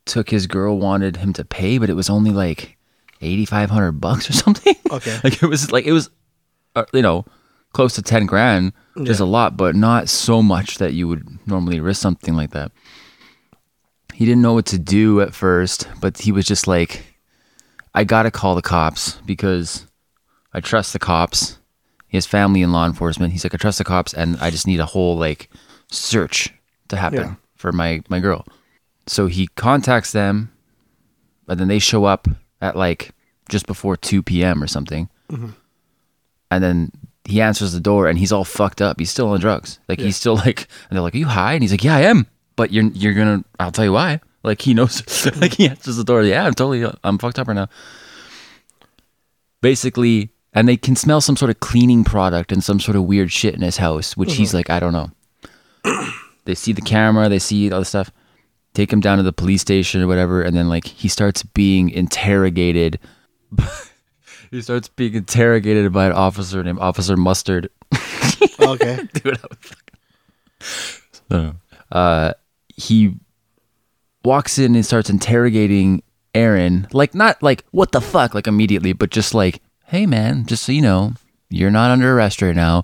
B: took his girl wanted him to pay, but it was only like eighty five hundred bucks or something.
A: Okay.
B: [laughs] like it was like it was, uh, you know, close to ten grand. which is a lot, but not so much that you would normally risk something like that. He didn't know what to do at first, but he was just like, "I gotta call the cops because I trust the cops." He has family in law enforcement. He's like, I trust the cops, and I just need a whole like search to happen
A: Yeah.
B: for my my girl. So he contacts them, and then they show up at like just before two p.m. or something, and then he answers the door, and he's all fucked up. He's still on drugs. Like he's still like, and they're like, "Are you high?" And he's like, "Yeah, I am." But you're you're gonna. I'll tell you why. Like he knows. [laughs] like he answers the door. Yeah, I'm totally. I'm fucked up right now basically and they can smell some sort of cleaning product and some sort of weird shit in his house which he's like i don't know they see the camera they see all the stuff take him down to the police station or whatever and then like he starts being interrogated he starts being interrogated by an officer named officer mustard
A: Oh, Okay.
B: dude. I was fucking- Uh, he walks in and starts interrogating Aaron, like not like what the fuck, like immediately, but just like, hey man, just so you know, you're not under arrest right now.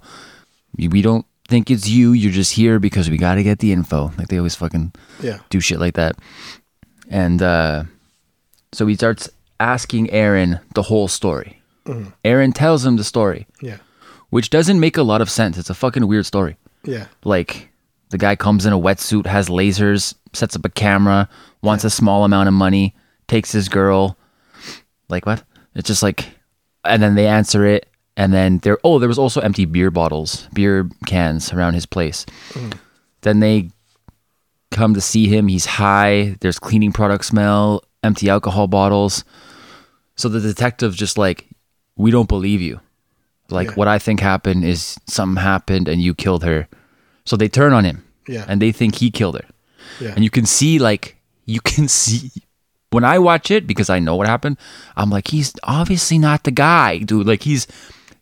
B: We we don't think it's you. You're just here because we got to get the info. Like they always fucking
A: Yeah.
B: do shit like that. And uh, so he starts asking Aaron the whole story. Aaron tells him the story,
A: Yeah.
B: which doesn't make a lot of sense. It's a fucking weird story
A: Yeah.
B: like the guy comes in a wetsuit, has lasers, sets up a camera, wants a small amount of money, takes his girl. Like what? It's just like, and then they answer it, and then there. Oh, there was also empty beer bottles, beer cans around his place. Then they come to see him. He's high. There's cleaning product smell, empty alcohol bottles. So the detective just like, we don't believe you. Like what I think happened is something happened and you killed her. So they turn on him.
A: Yeah.
B: And they think he killed her.
A: Yeah.
B: And you can see like you can [laughs] see when I watch it because I know what happened, I'm like he's obviously not the guy, dude. Like he's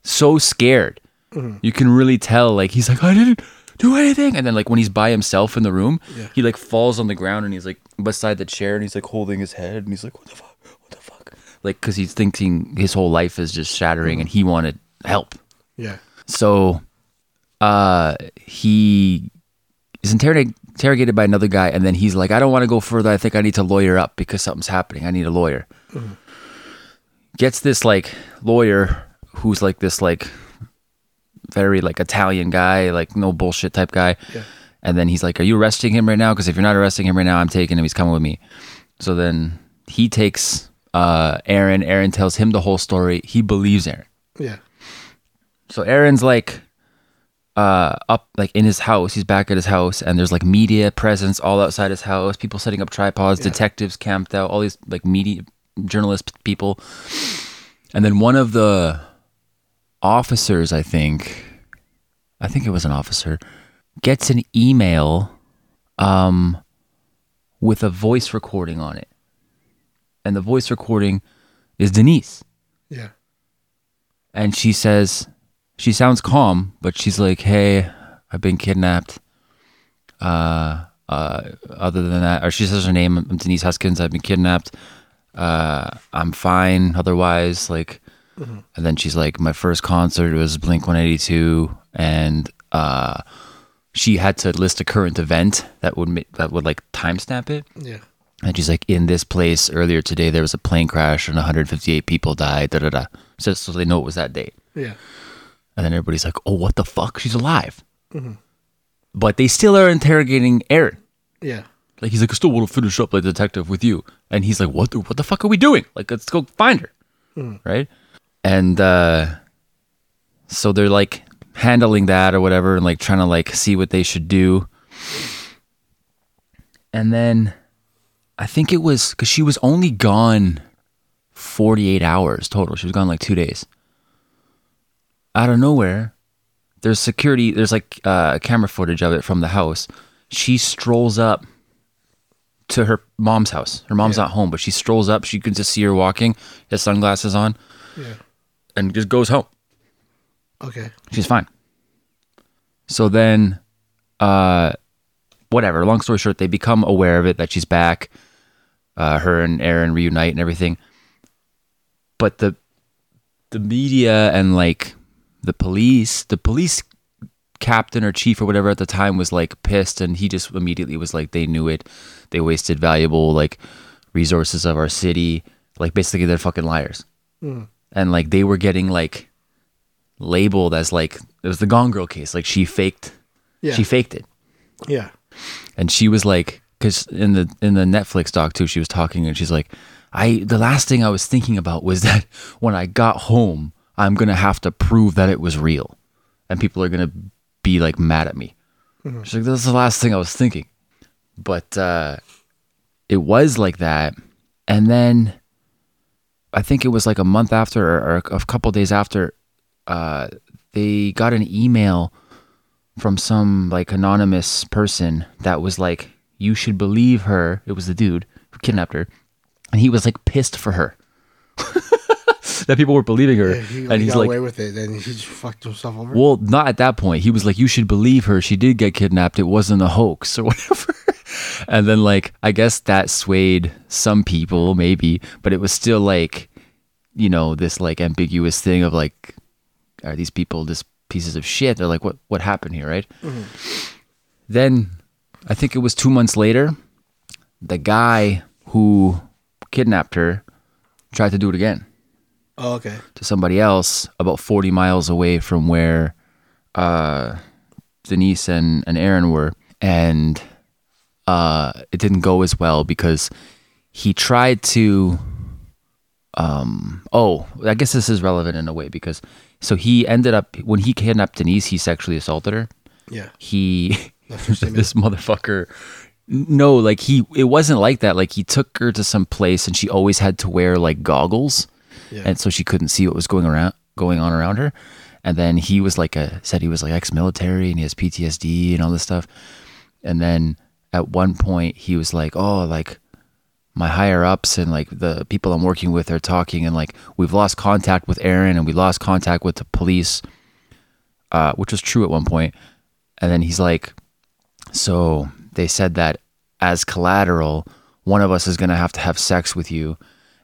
B: so scared.
A: Mm-hmm.
B: You can really tell like he's like I didn't do anything and then like when he's by himself in the room, he like falls on the ground and he's like beside the chair and he's like holding his head and he's like what the fuck? What the fuck? Like cuz he's thinking his whole life is just shattering and he wanted help.
A: Mm-hmm. Yeah.
B: So uh he is interrog- interrogated by another guy and then he's like, I don't want to go further. I think I need to lawyer up because something's happening. I need a lawyer. Gets this like lawyer who's like this like very like Italian guy, like no bullshit type guy. And then he's like, Are you arresting him right now? Because if you're not arresting him right now, I'm taking him. He's coming with me. So then he takes uh Aaron. Aaron tells him the whole story. He believes Aaron
A: Yeah.
B: so Aaron's like uh up like in his house he's back at his house and there's like media presence all outside his house people setting up tripods detectives camped out all these like media journalist people and then one of the officers i think i think it was an officer gets an email um with a voice recording on it and the voice recording is denise
A: Yeah.
B: and she says she sounds calm but she's like hey i've been kidnapped uh uh other than that or she says her name i'm denise huskins i've been kidnapped uh i'm fine otherwise like and then she's like my first concert was blink 182 and uh she had to list a current event that would ma- that would like timestamp it
A: Yeah.
B: and she's like, in this place earlier today, there was a plane crash and 158 people died. Da da da. So, so they know it was that date.
A: Yeah.
B: And then everybody's like, oh, what the fuck? She's alive. But they still are interrogating Aaron.
A: Yeah.
B: Like he's like, I still want to finish up the detective with you. And he's like, what? The, what the fuck are we doing? Like, let's go find her, right? And uh, so they're like handling that or whatever, and like trying to like see what they should do. And then I think it was because she was only gone forty eight hours total. She was gone like two days. Out of nowhere, there's security. There's like uh, camera footage of it from the house. She strolls up to her mom's house. Her mom's not home, but she strolls up. She can just see her walking, has sunglasses on,
A: Yeah.
B: and just goes home.
A: Okay.
B: She's fine. So then, uh, whatever. Long story short, they become aware of it that she's back. Uh, her and Aaron reunite and everything. But the the media and like the police, the police captain or chief or whatever at the time was like pissed, and he just immediately was like, they knew it. They wasted valuable like resources of our city. Like basically, they're fucking liars. And like they were getting like labeled as like it was the Gone Girl case. Like she faked,
A: Yeah.
B: she faked it,
A: yeah.
B: and she was like, because in the in the Netflix doc too, she was talking and she's like, I the last thing I was thinking about was that [laughs] when I got home, I'm gonna have to prove that it was real, and people are gonna be like mad at me.
A: Mm-hmm.
B: She's like, that's the last thing I was thinking, but uh, it was like that, and then. I think it was like a month after or, or a couple days after, uh, they got an email from some like anonymous person that was like, "You should believe her." It was the dude who kidnapped her, and he was like pissed for her [laughs] that people were believing her,
A: If he,
B: and he's
A: got
B: like,
A: away with it, then he just fucked himself over.
B: well, not at that point. He was like, "You should believe her. She did get kidnapped. It wasn't a hoax [laughs] or whatever." and then, like, I guess that swayed some people, maybe, but it was still like, you know, this like ambiguous thing of like, are these people just pieces of shit? They're like, what what happened here, right? Then, I think it was two months later, the guy who kidnapped her tried to do it again
A: oh, okay.
B: to somebody else about 40 miles away from where uh, Denise and, and Aaron were. And uh, it didn't go as well because he tried to. Um, oh, I guess this is relevant in a way because so he ended up, when he kidnapped Denise, he sexually assaulted her
A: Yeah.
B: he
A: just him.
B: [laughs] this motherfucker no like he it wasn't like that like he took her to some place and she always had to wear like goggles
A: Yeah.
B: and so she couldn't see what was going around going on around her and then he was like a said he was like ex-military and he has PTSD and all this stuff and then at one point he was like oh like my higher ups and like the people I'm working with are talking and like we've lost contact with Aaron and we lost contact with the police uh, which was true at one point. And then he's like, So they said that as collateral, one of us is going to have to have sex with you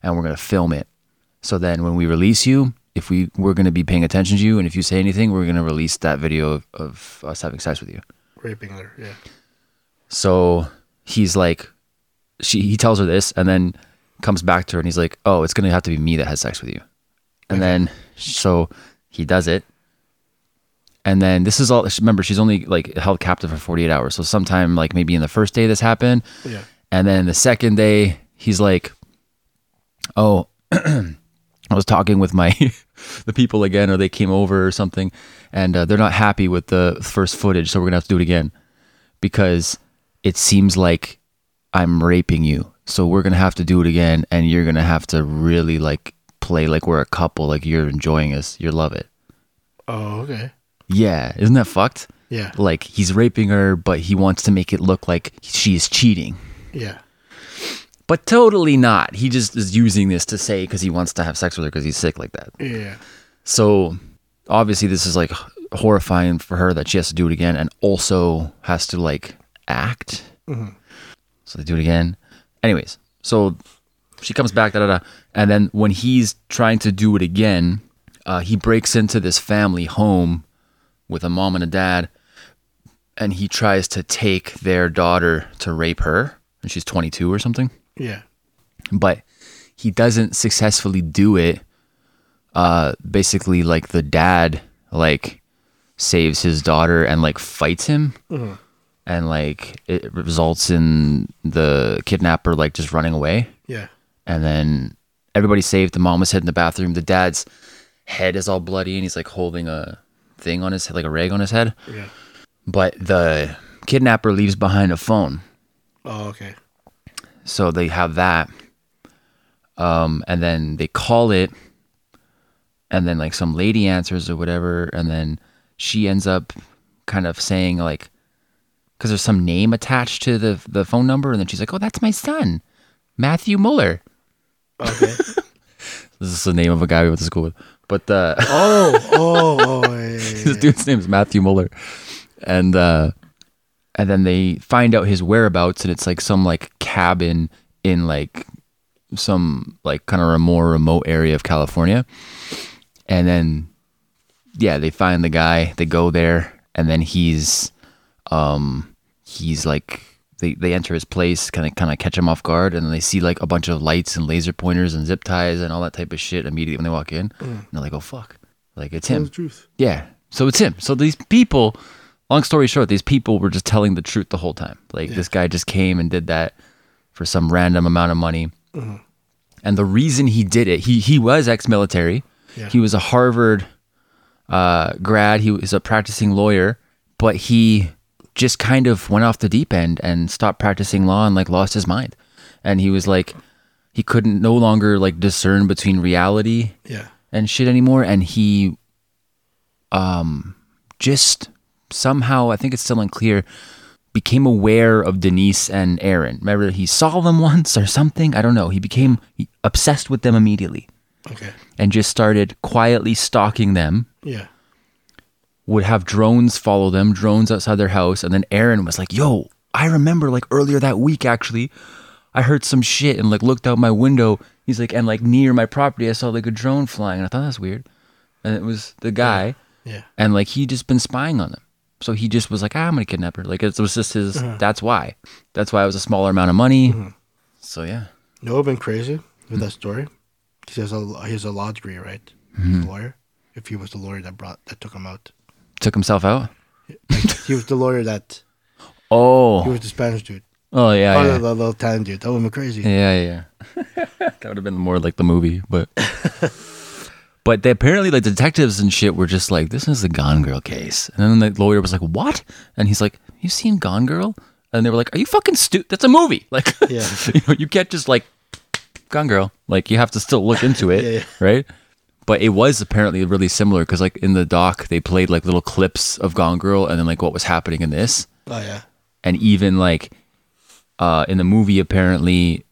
B: and we're going to film it. So then when we release you, if we, we're going to be paying attention to you. And if you say anything, we're going to release that video of, of us having sex with you.
A: Raping her. Yeah.
B: So he's like, she he tells her this, and then comes back to her, and he's like, "Oh, it's gonna have to be me that has sex with you." And then so he does it, and then this is all. Remember, she's only like held captive for forty eight hours. So sometime like maybe in the first day this happened,
A: Yeah.
B: and then the second day he's like, "Oh, [clears throat] I was talking with my [laughs] the people again, or they came over or something, and uh, they're not happy with the first footage, so we're gonna have to do it again." because it seems like I'm raping you. So we're gonna have to do it again, and you're gonna have to really like play like we're a couple, like you're enjoying us, you love it.
A: Oh, okay.
B: Yeah, isn't that fucked?
A: Yeah.
B: Like he's raping her, but he wants to make it look like she is cheating,
A: Yeah.
B: but totally not. He just is using this to say because he wants to have sex with her because he's sick like that.
A: Yeah.
B: So obviously, this is like horrifying for her that she has to do it again and also has to like act. So they do it again. Anyways, so she comes back, da da da. And then when he's trying to do it again, uh, he breaks into this family home with a mom and a dad and he tries to take their daughter to rape her. And she's 22 or something
A: Yeah.
B: but he doesn't successfully do it uh basically like the dad like saves his daughter and like fights him and like it results in the kidnapper like just running away
A: Yeah.
B: and then everybody's saved the mom was hid in the bathroom the dad's head is all bloody and he's like holding a thing on his head like a rag on his head
A: Yeah.
B: but the kidnapper leaves behind a phone
A: Oh, okay.
B: so they have that um and then they call it and then like some lady answers or whatever and then she ends up kind of saying like because there's some name attached to the the phone number and then she's like oh that's my son matthew muller
A: Okay.
B: [laughs] this is the name of a guy we went to school with but uh
A: oh, oh, oh, yeah, yeah, yeah.
B: [laughs] this dude's name is Matthew Muller, and uh, and then they find out his whereabouts, and it's like some like cabin in like some like kind of a more remote area of California, and then yeah, they find the guy, they go there, and then he's um he's like. They, they enter his place, kind of kind of catch him off guard, and then they see like a bunch of lights and laser pointers and zip ties and all that type of shit immediately when they walk in. And they're like, "Oh fuck!" Like it's
A: Tell
B: him.
A: the truth.
B: Yeah. So it's him. So these people, long story short, these people were just telling the truth the whole time. Like this guy just came and did that for some random amount of money. And the reason he did it, he he was ex-military.
A: Yeah.
B: He was a Harvard uh, grad. He was a practicing lawyer, but he just kind of went off the deep end and stopped practicing law and like lost his mind. And he was like, he couldn't no longer like discern between reality
A: Yeah.
B: and shit anymore and he um just somehow i think it's still unclear became aware of denise and aaron remember he saw them [laughs] once or something i don't know he became obsessed with them immediately
A: Okay.
B: and just started quietly stalking them
A: Yeah.
B: would have drones follow them, drones outside their house. And then Aaron was like, yo, I remember like earlier that week, actually, I heard some shit and like looked out my window. He's like, and like near my property, I saw like a drone flying. And I thought that's weird. And it was the guy.
A: Yeah.
B: And like he just been spying on them. So he just was like, ah, I'm going to kidnap her. Like it was just his,
A: Mm-hmm.
B: that's why. That's why it was a smaller amount of money. So
A: You
B: yeah.
A: know, what would've been crazy with that story. 'Cause He has a he has a law degree, right? He's a lawyer. If he was the lawyer that brought that took him out,
B: Took himself out.
A: like, he was the lawyer that he
B: Oh.
A: was the Spanish dude,
B: Oh,
A: oh,
B: yeah.
A: the,
B: Yeah.
A: the little Italian dude. That would have been crazy.
B: Yeah, yeah. [laughs] that would have been more like the movie, but [laughs] but they apparently like detectives and shit were just like, this is the Gone Girl case, and then the lawyer was like, what? And he's like, you seen Gone Girl? And they were like, are you fucking stupid? That's a movie. [laughs] Like,
A: Yeah.
B: you know, you can't just like Gone Girl. Like, you have to still look into it,
A: Yeah, yeah.
B: right? But it was apparently really similar because like in the doc they played like little clips of Gone Girl and then like what was happening in this
A: Oh yeah.
B: and even like uh, in the movie apparently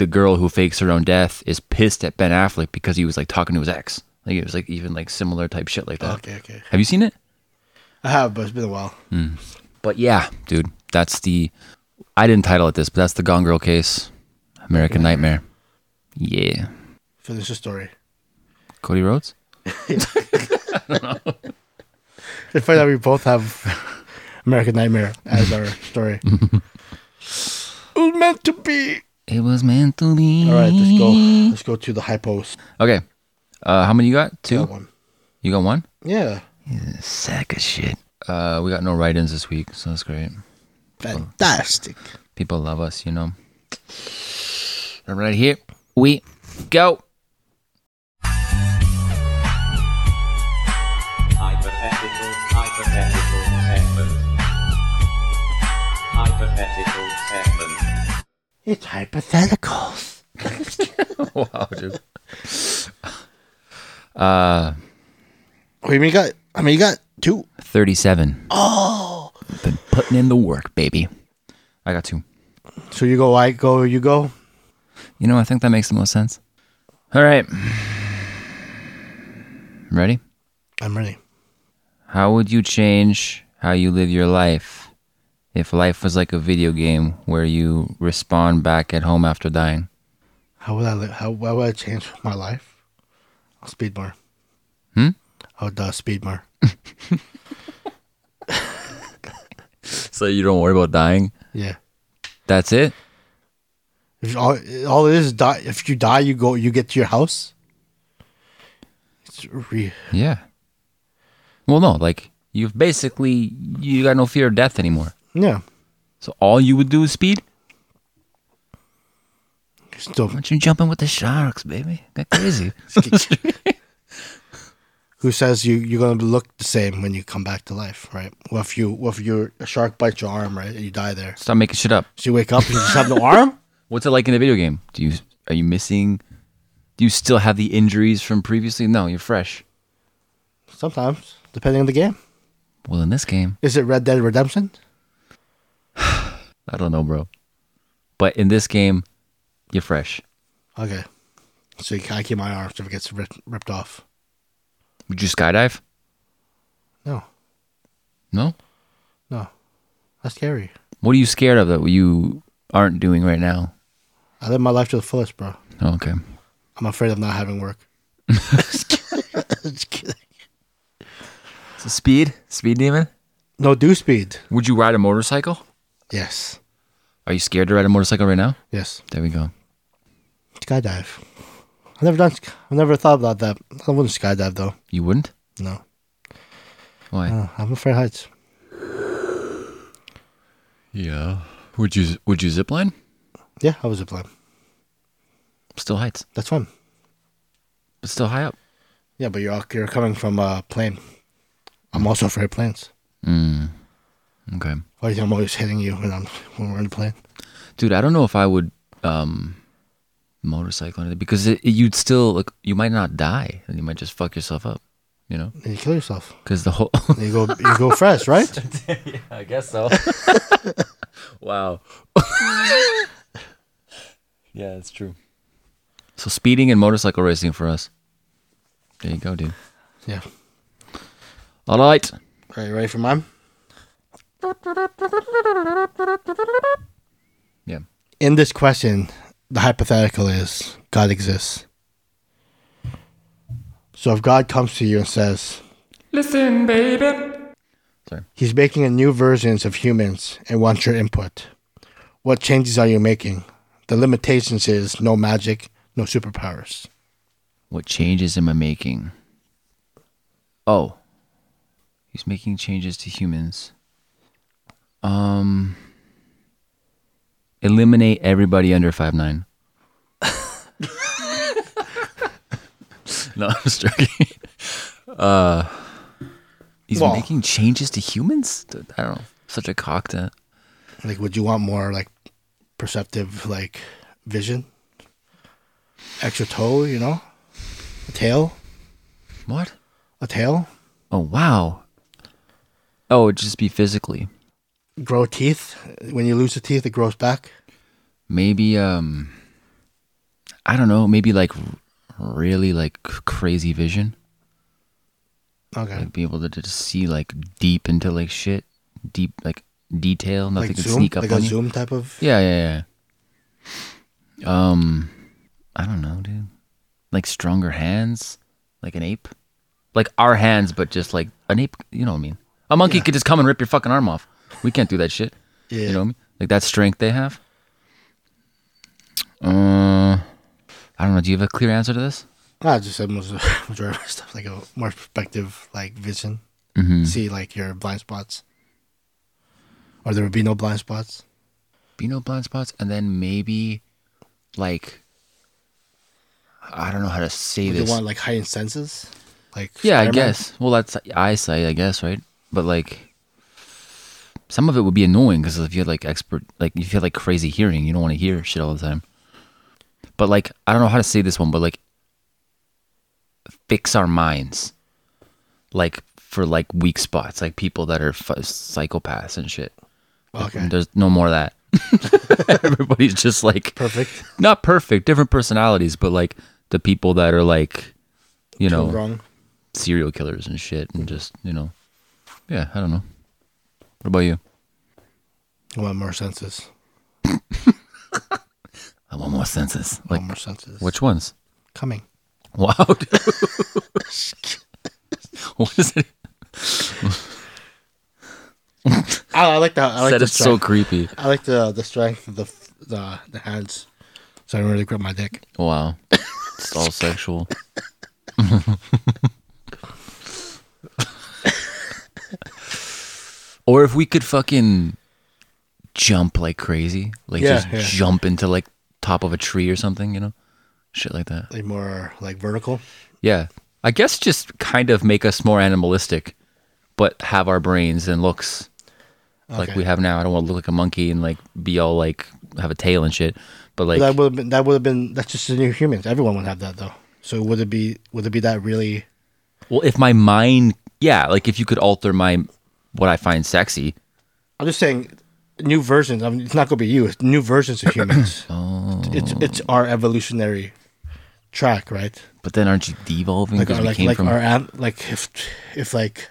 B: the girl who fakes her own death is pissed at ben affleck because he was like talking to his ex like it was like even like similar type shit like that
A: Okay. Okay.
B: have you seen it
A: I have, but it's been a while.
B: but yeah dude that's the i didn't title it this but that's the gone girl case american nightmare yeah
A: Finish the story.
B: cody rhodes
A: It's funny that we both have American Nightmare as our story. it was meant to be.
B: it was meant to be
A: All right, let's go. Let's go to the hypos.
B: okay uh how many you got two
A: That one.
B: you got one
A: Yeah.
B: sack of shit uh we got no write-ins this week so that's great
A: Fantastic.
B: people love us, you know. And right here we go.
G: Hypothetical, hypothetical segment. Hypothetical segment.
A: It's hypotheticals.
B: [laughs] wow, dude. Uh,
A: What do you mean you got? I mean, you got two.
B: 37. Oh. Been putting in the work, baby. I got two.
A: So you go, I go, you go.
B: You know, I think that makes the most sense. All right. Ready?
A: I'm ready.
B: How would you change how you live your life if life was like a video game where you respawn back at home after dying?
A: How would I live? How, how would I change my life? I'll speed more.
B: Hmm?
A: I would uh, speed more.
B: So you don't worry about dying?
A: Yeah.
B: That's it?
A: If all, all it is, is die. If you die, you go. You get to your house. It's re-
B: Yeah. Well, no, like you've basically you got no fear of death anymore.
A: yeah.
B: So all you would do is speed.
A: Still,
B: Why don't you jump in with the sharks, baby? Got [laughs] crazy.
A: who says you you're gonna look the same when you come back to life, right? Well, if you well, if you a shark bites your arm, right, and you die there,
B: Stop making shit up.
A: so you wake up and you just have no arm.
B: What's it like in a video game? Do you are you missing? Do you still have the injuries from previously? No, you're fresh.
A: Sometimes, depending on the game,
B: Well, in this game,
A: is it Red Dead Redemption?
B: I don't know, bro. But in this game, you're fresh.
A: Okay, so you, I keep my arm so if it gets rip, ripped off.
B: Would you skydive?
A: No,
B: No.
A: no, that's scary.
B: What are you scared of that you aren't doing right now?
A: I live my life to the fullest, bro.
B: Oh, okay.
A: I'm afraid of not having work. [laughs] Just kidding.
B: So speed, speed demon.
A: No, do speed.
B: Would you ride a motorcycle?
A: Yes,
B: Are you scared to ride a motorcycle right now?
A: yes.
B: There we go.
A: Skydive. I've never done. sk- I've never thought about that. I wouldn't skydive though.
B: You wouldn't?
A: No,
B: Why?
A: Uh, I'm afraid of heights.
B: yeah. Would you would you zip line?
A: Yeah, I was a plan.
B: Still heights,
A: That's fun.
B: but still high up.
A: Yeah, but you're all- you're coming from a plane. I'm also afraid of planes.
B: Okay.
A: Why do you think I'm always hitting you when I'm when we're in a plane?
B: Dude, I don't know if I would um motorcycle it because it, it- you'd still like you might not die and you might just fuck yourself up, you know?
A: And you kill yourself.
B: Cuz the whole [laughs]
A: And you go you go fresh, right?
B: I guess so. wow. yeah, that's true. So speeding and motorcycle racing for us. There you go, dude.
A: Yeah.
B: All right.
A: Are you ready for mine?
B: Yeah.
A: In this question, the hypothetical is God exists. So if God comes to you and says,
B: Sorry.
A: He's making a new versions of humans and wants your input. What changes are you making? The limitations is no magic, no superpowers.
B: What changes am I making? Oh. He's making changes to humans. Um eliminate everybody under five nine. [laughs] no, I'm just joking. Uh He's
A: Well-
B: making changes to humans? I don't know. Such a cock to
A: Like, would you want more like perceptive, like vision? Extra toe, you know? A tail?
B: What?
A: A tail?
B: Oh wow. Oh, it'd just be physically.
A: Grow teeth? When you lose the teeth, it grows back?
B: maybe um i don't know maybe like r- really like c- crazy vision
A: Okay.
B: like be able to just see like deep into like shit deep like detail nothing
A: Like
B: can
A: zoom?
B: sneak up
A: Like
B: on
A: a
B: you
A: zoom type of.
B: yeah yeah yeah um i don't know dude like stronger hands like an ape like our hands but just like an ape you know what i mean a monkey could just come and rip your fucking arm off we can't do that shit
A: Yeah.
B: you know what I mean? Like that strength they have. Uh, I don't know. Do you have a clear answer to this?
A: I just said most [laughs] majority of stuff like a more perspective, like vision.
B: Mm-hmm.
A: See like your blind spots, or there would be no blind spots.
B: Be no blind spots, and then maybe, like, I don't know how to say
A: Would you
B: this.
A: want like heightened senses? Like
B: yeah, I
A: Spider-Man?
B: guess. Well, that's eyesight, I guess, right? But like, some of it would be annoying because if you had like expert, like if you had like crazy hearing, you don't want to hear shit all the time. But like, I don't know how to say this one, but like, fix our minds, like for like weak spots, like people that are f- psychopaths and shit.
A: Okay,
B: And there's no more of that.
A: [laughs]
B: Everybody's just like
A: perfect.
B: not perfect, different personalities, but like the people that are like, you know,
A: Wrong.
B: serial killers and shit and just you know yeah i don't know what about you
A: You want more senses?
B: i want more senses
A: One
B: like
A: more senses.
B: which ones [laughs]
A: coming?
B: wow dude. [laughs] what is it
A: I, I like that. I like
B: that
A: the
B: is so
A: strength.
B: creepy
A: I like the the strength of the f- the the hands. So I don't really grip my dick.
B: wow it's
A: [laughs]
B: all sexual or if we could fucking jump like crazy like
A: Yeah,
B: just
A: yeah.
B: jump into like top of a tree or something you know shit like that
A: Like more like vertical.
B: Yeah. I guess just kind of make us more animalistic, but have our brains and looks like
A: Okay.
B: we have now. I don't want to look like a monkey and like be all like have a tail and shit. But like,
A: that would have been that would have been that's just the new humans. Everyone would have that though. So would it be would it be that really?
B: well, if my mind, yeah, like if you could alter my what I find sexy,
A: I'm just saying, new versions. I mean, it's not gonna be you. It's new versions of
B: [coughs]
A: humans.
B: Oh.
A: It's it's our evolutionary track, right?
B: but then aren't you devolving
A: Like
B: because
A: our,
B: we
A: like
B: came
A: like
B: from?
A: our an- like if if like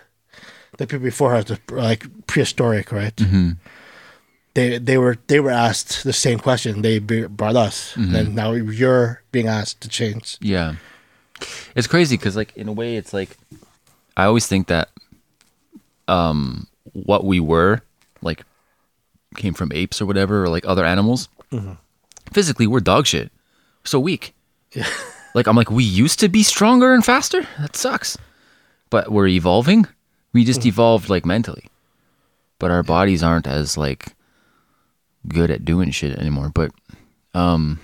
A: the people before us, the- like prehistoric, right?
B: Mm-hmm.
A: They they were they were asked the same question. They be- brought us,
B: Mm-hmm.
A: and then now you're being asked to change.
B: Yeah. It's crazy because, like, in a way, it's like I always think that um, what we were, like, came from apes or whatever, or like other animals. Physically, we're dog shit. We're so weak. [laughs] Like I'm like, we used to be stronger and faster. That sucks. But we're evolving. We just evolved like mentally. But our bodies aren't as like good at doing shit anymore. But um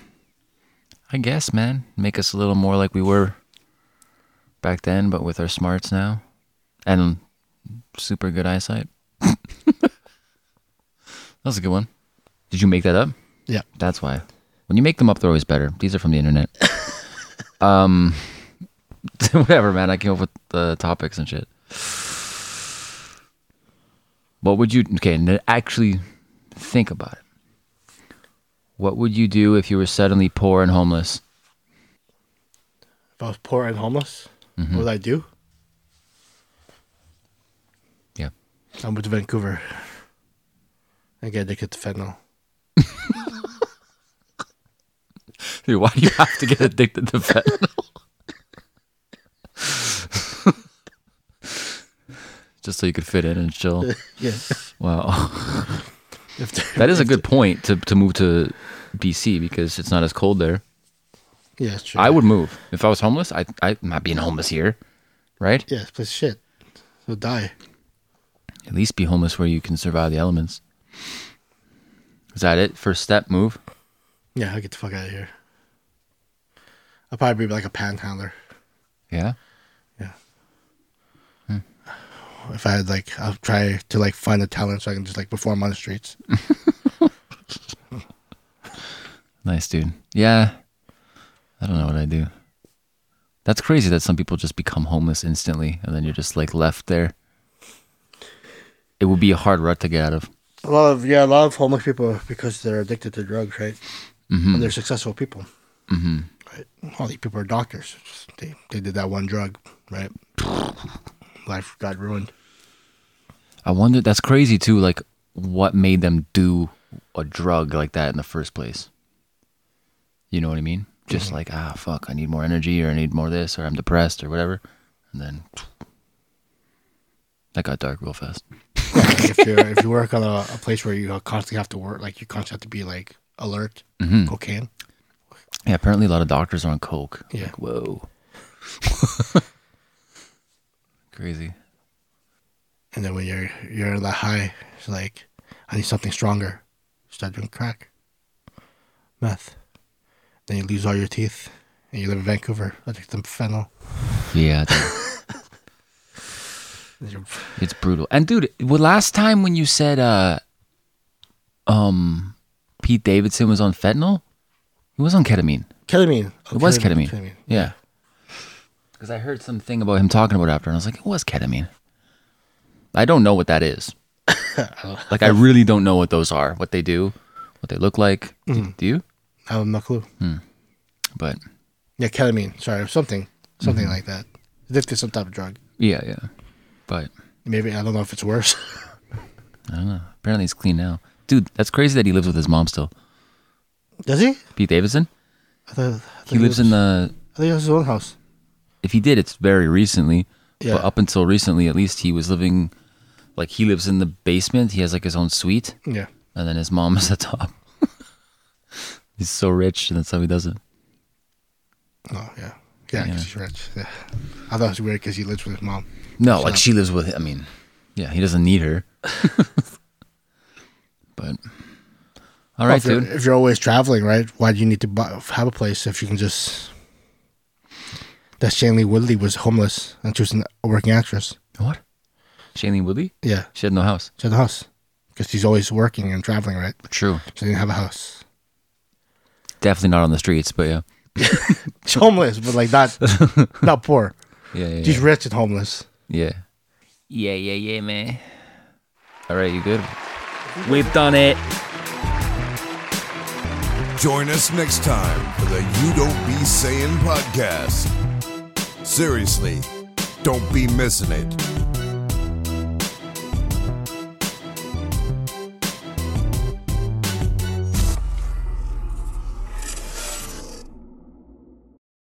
B: I guess, man, make us a little more like we were back then, but with our smarts now. And super good eyesight. [laughs] that was a good one. Did you make that up?
A: Yeah.
B: That's why. When you make them up, they're always better. These are from the internet. um, [laughs] whatever, man. I came up with the topics and shit. What would you okay? n- Actually, think about it. What would you do if you were suddenly poor and homeless?
A: If I was poor and homeless,
B: Mm-hmm.
A: what would I do?
B: Yeah.
A: I would to Vancouver and get addicted to fentanyl.
B: Dude, why do you have to get addicted to fentanyl? Just so you could fit in and chill.
A: Yeah.
B: Wow.
A: [laughs] If there-
B: That is a good point to, to move to BC because it's not as cold there.
A: [laughs] yeah, it's true.
B: I would move if I was homeless. I I'm not being homeless here, right?
A: Yeah, this place is shit. You'll die.
B: At least be homeless where you can survive the elements. Is that it? First step, move.
A: Yeah, I'll get the fuck out of here. I'll probably be like a panhandler.
B: Yeah.
A: Hmm. If I had like, I'll try to like find a talent so I can just like perform on the streets.
B: Nice, dude. Yeah. I don't know what I do. That's crazy that some people just become homeless instantly and then you're just like left there. It would be a hard rut to get out of.
A: A lot of yeah, a lot of homeless people because they're addicted to drugs, right? And they're successful people. Mm-hmm. Right. All these people are doctors. Just- They they did that one drug, [laughs] right? Life got ruined.
B: I wonder. That's crazy too. Like, what made them do a drug like that in the first place? You know what I mean? Just like, ah, fuck, I need more energy, or I need more this, or I'm depressed, or whatever. And then that got dark real fast.
A: Like, if you if you work on a, a place where you constantly have to work, like you constantly have to be like alert, cocaine.
B: Yeah, apparently a lot of doctors are on coke.
A: Yeah.
B: Like, whoa. crazy.
A: And then when you're you're that high, it's like I need something stronger. Start doing crack, meth. Then you lose all your teeth, and you live in Vancouver. I take some fentanyl.
B: Yeah. dude.
A: And you're-
B: It's brutal. And dude, well, last time when you said uh um Pete Davidson was on fentanyl, he was on ketamine.
A: Ketamine. Oh,
B: It was ketamine. Yeah. Because I heard something about him talking about it after, and I was like, it was ketamine. I don't know what that [laughs] is. like, I really don't know what those are, what they do, what they look like. Do- Do you?
A: I have no clue.
B: But
A: Yeah, ketamine. Sorry, something,
B: Mm-hmm.
A: something like that. Addicted to some type of drug.
B: yeah, yeah. But
A: Maybe I don't know if it's worse. [laughs]
B: apparently he's clean now. Dude, that's crazy that he lives with his mom still.
A: Does he?
B: Pete Davidson?
A: I thought, I thought
B: He lives in the.
A: I think it was his own house.
B: If he did, it's very recently.
A: Yeah.
B: But up until recently, at least, he was living. Like, he lives in the basement. He has, like, his own suite.
A: Yeah.
B: and then his mom is at the top. [laughs] He's so rich, and that's how he does it.
A: Oh yeah. Yeah, 'cause he's rich. Yeah. I thought it was weird because he lives with his mom.
B: No, like she lives with. I mean, yeah, he doesn't need [laughs] her. but all right,
A: if, you're,
B: dude.
A: if you're always traveling, right? Why do you need to buy, have a place if you can just? That Shanley Woodley was homeless and she was an, a working actress.
B: What? Shailene Woodley?
A: Yeah,
B: She had no house.
A: she had a house because she's always working and traveling, right?
B: True.
A: She didn't have a house.
B: Definitely not on the streets, but yeah,
A: She's homeless, but like
B: [laughs]
A: not not poor.
B: yeah, yeah,
A: She's
B: yeah,
A: rich and homeless.
B: yeah, yeah, yeah, yeah, man. All right, you good? We've done it.
D: Join us next time for the You Don't Be Saying podcast. Seriously, don't be missing it.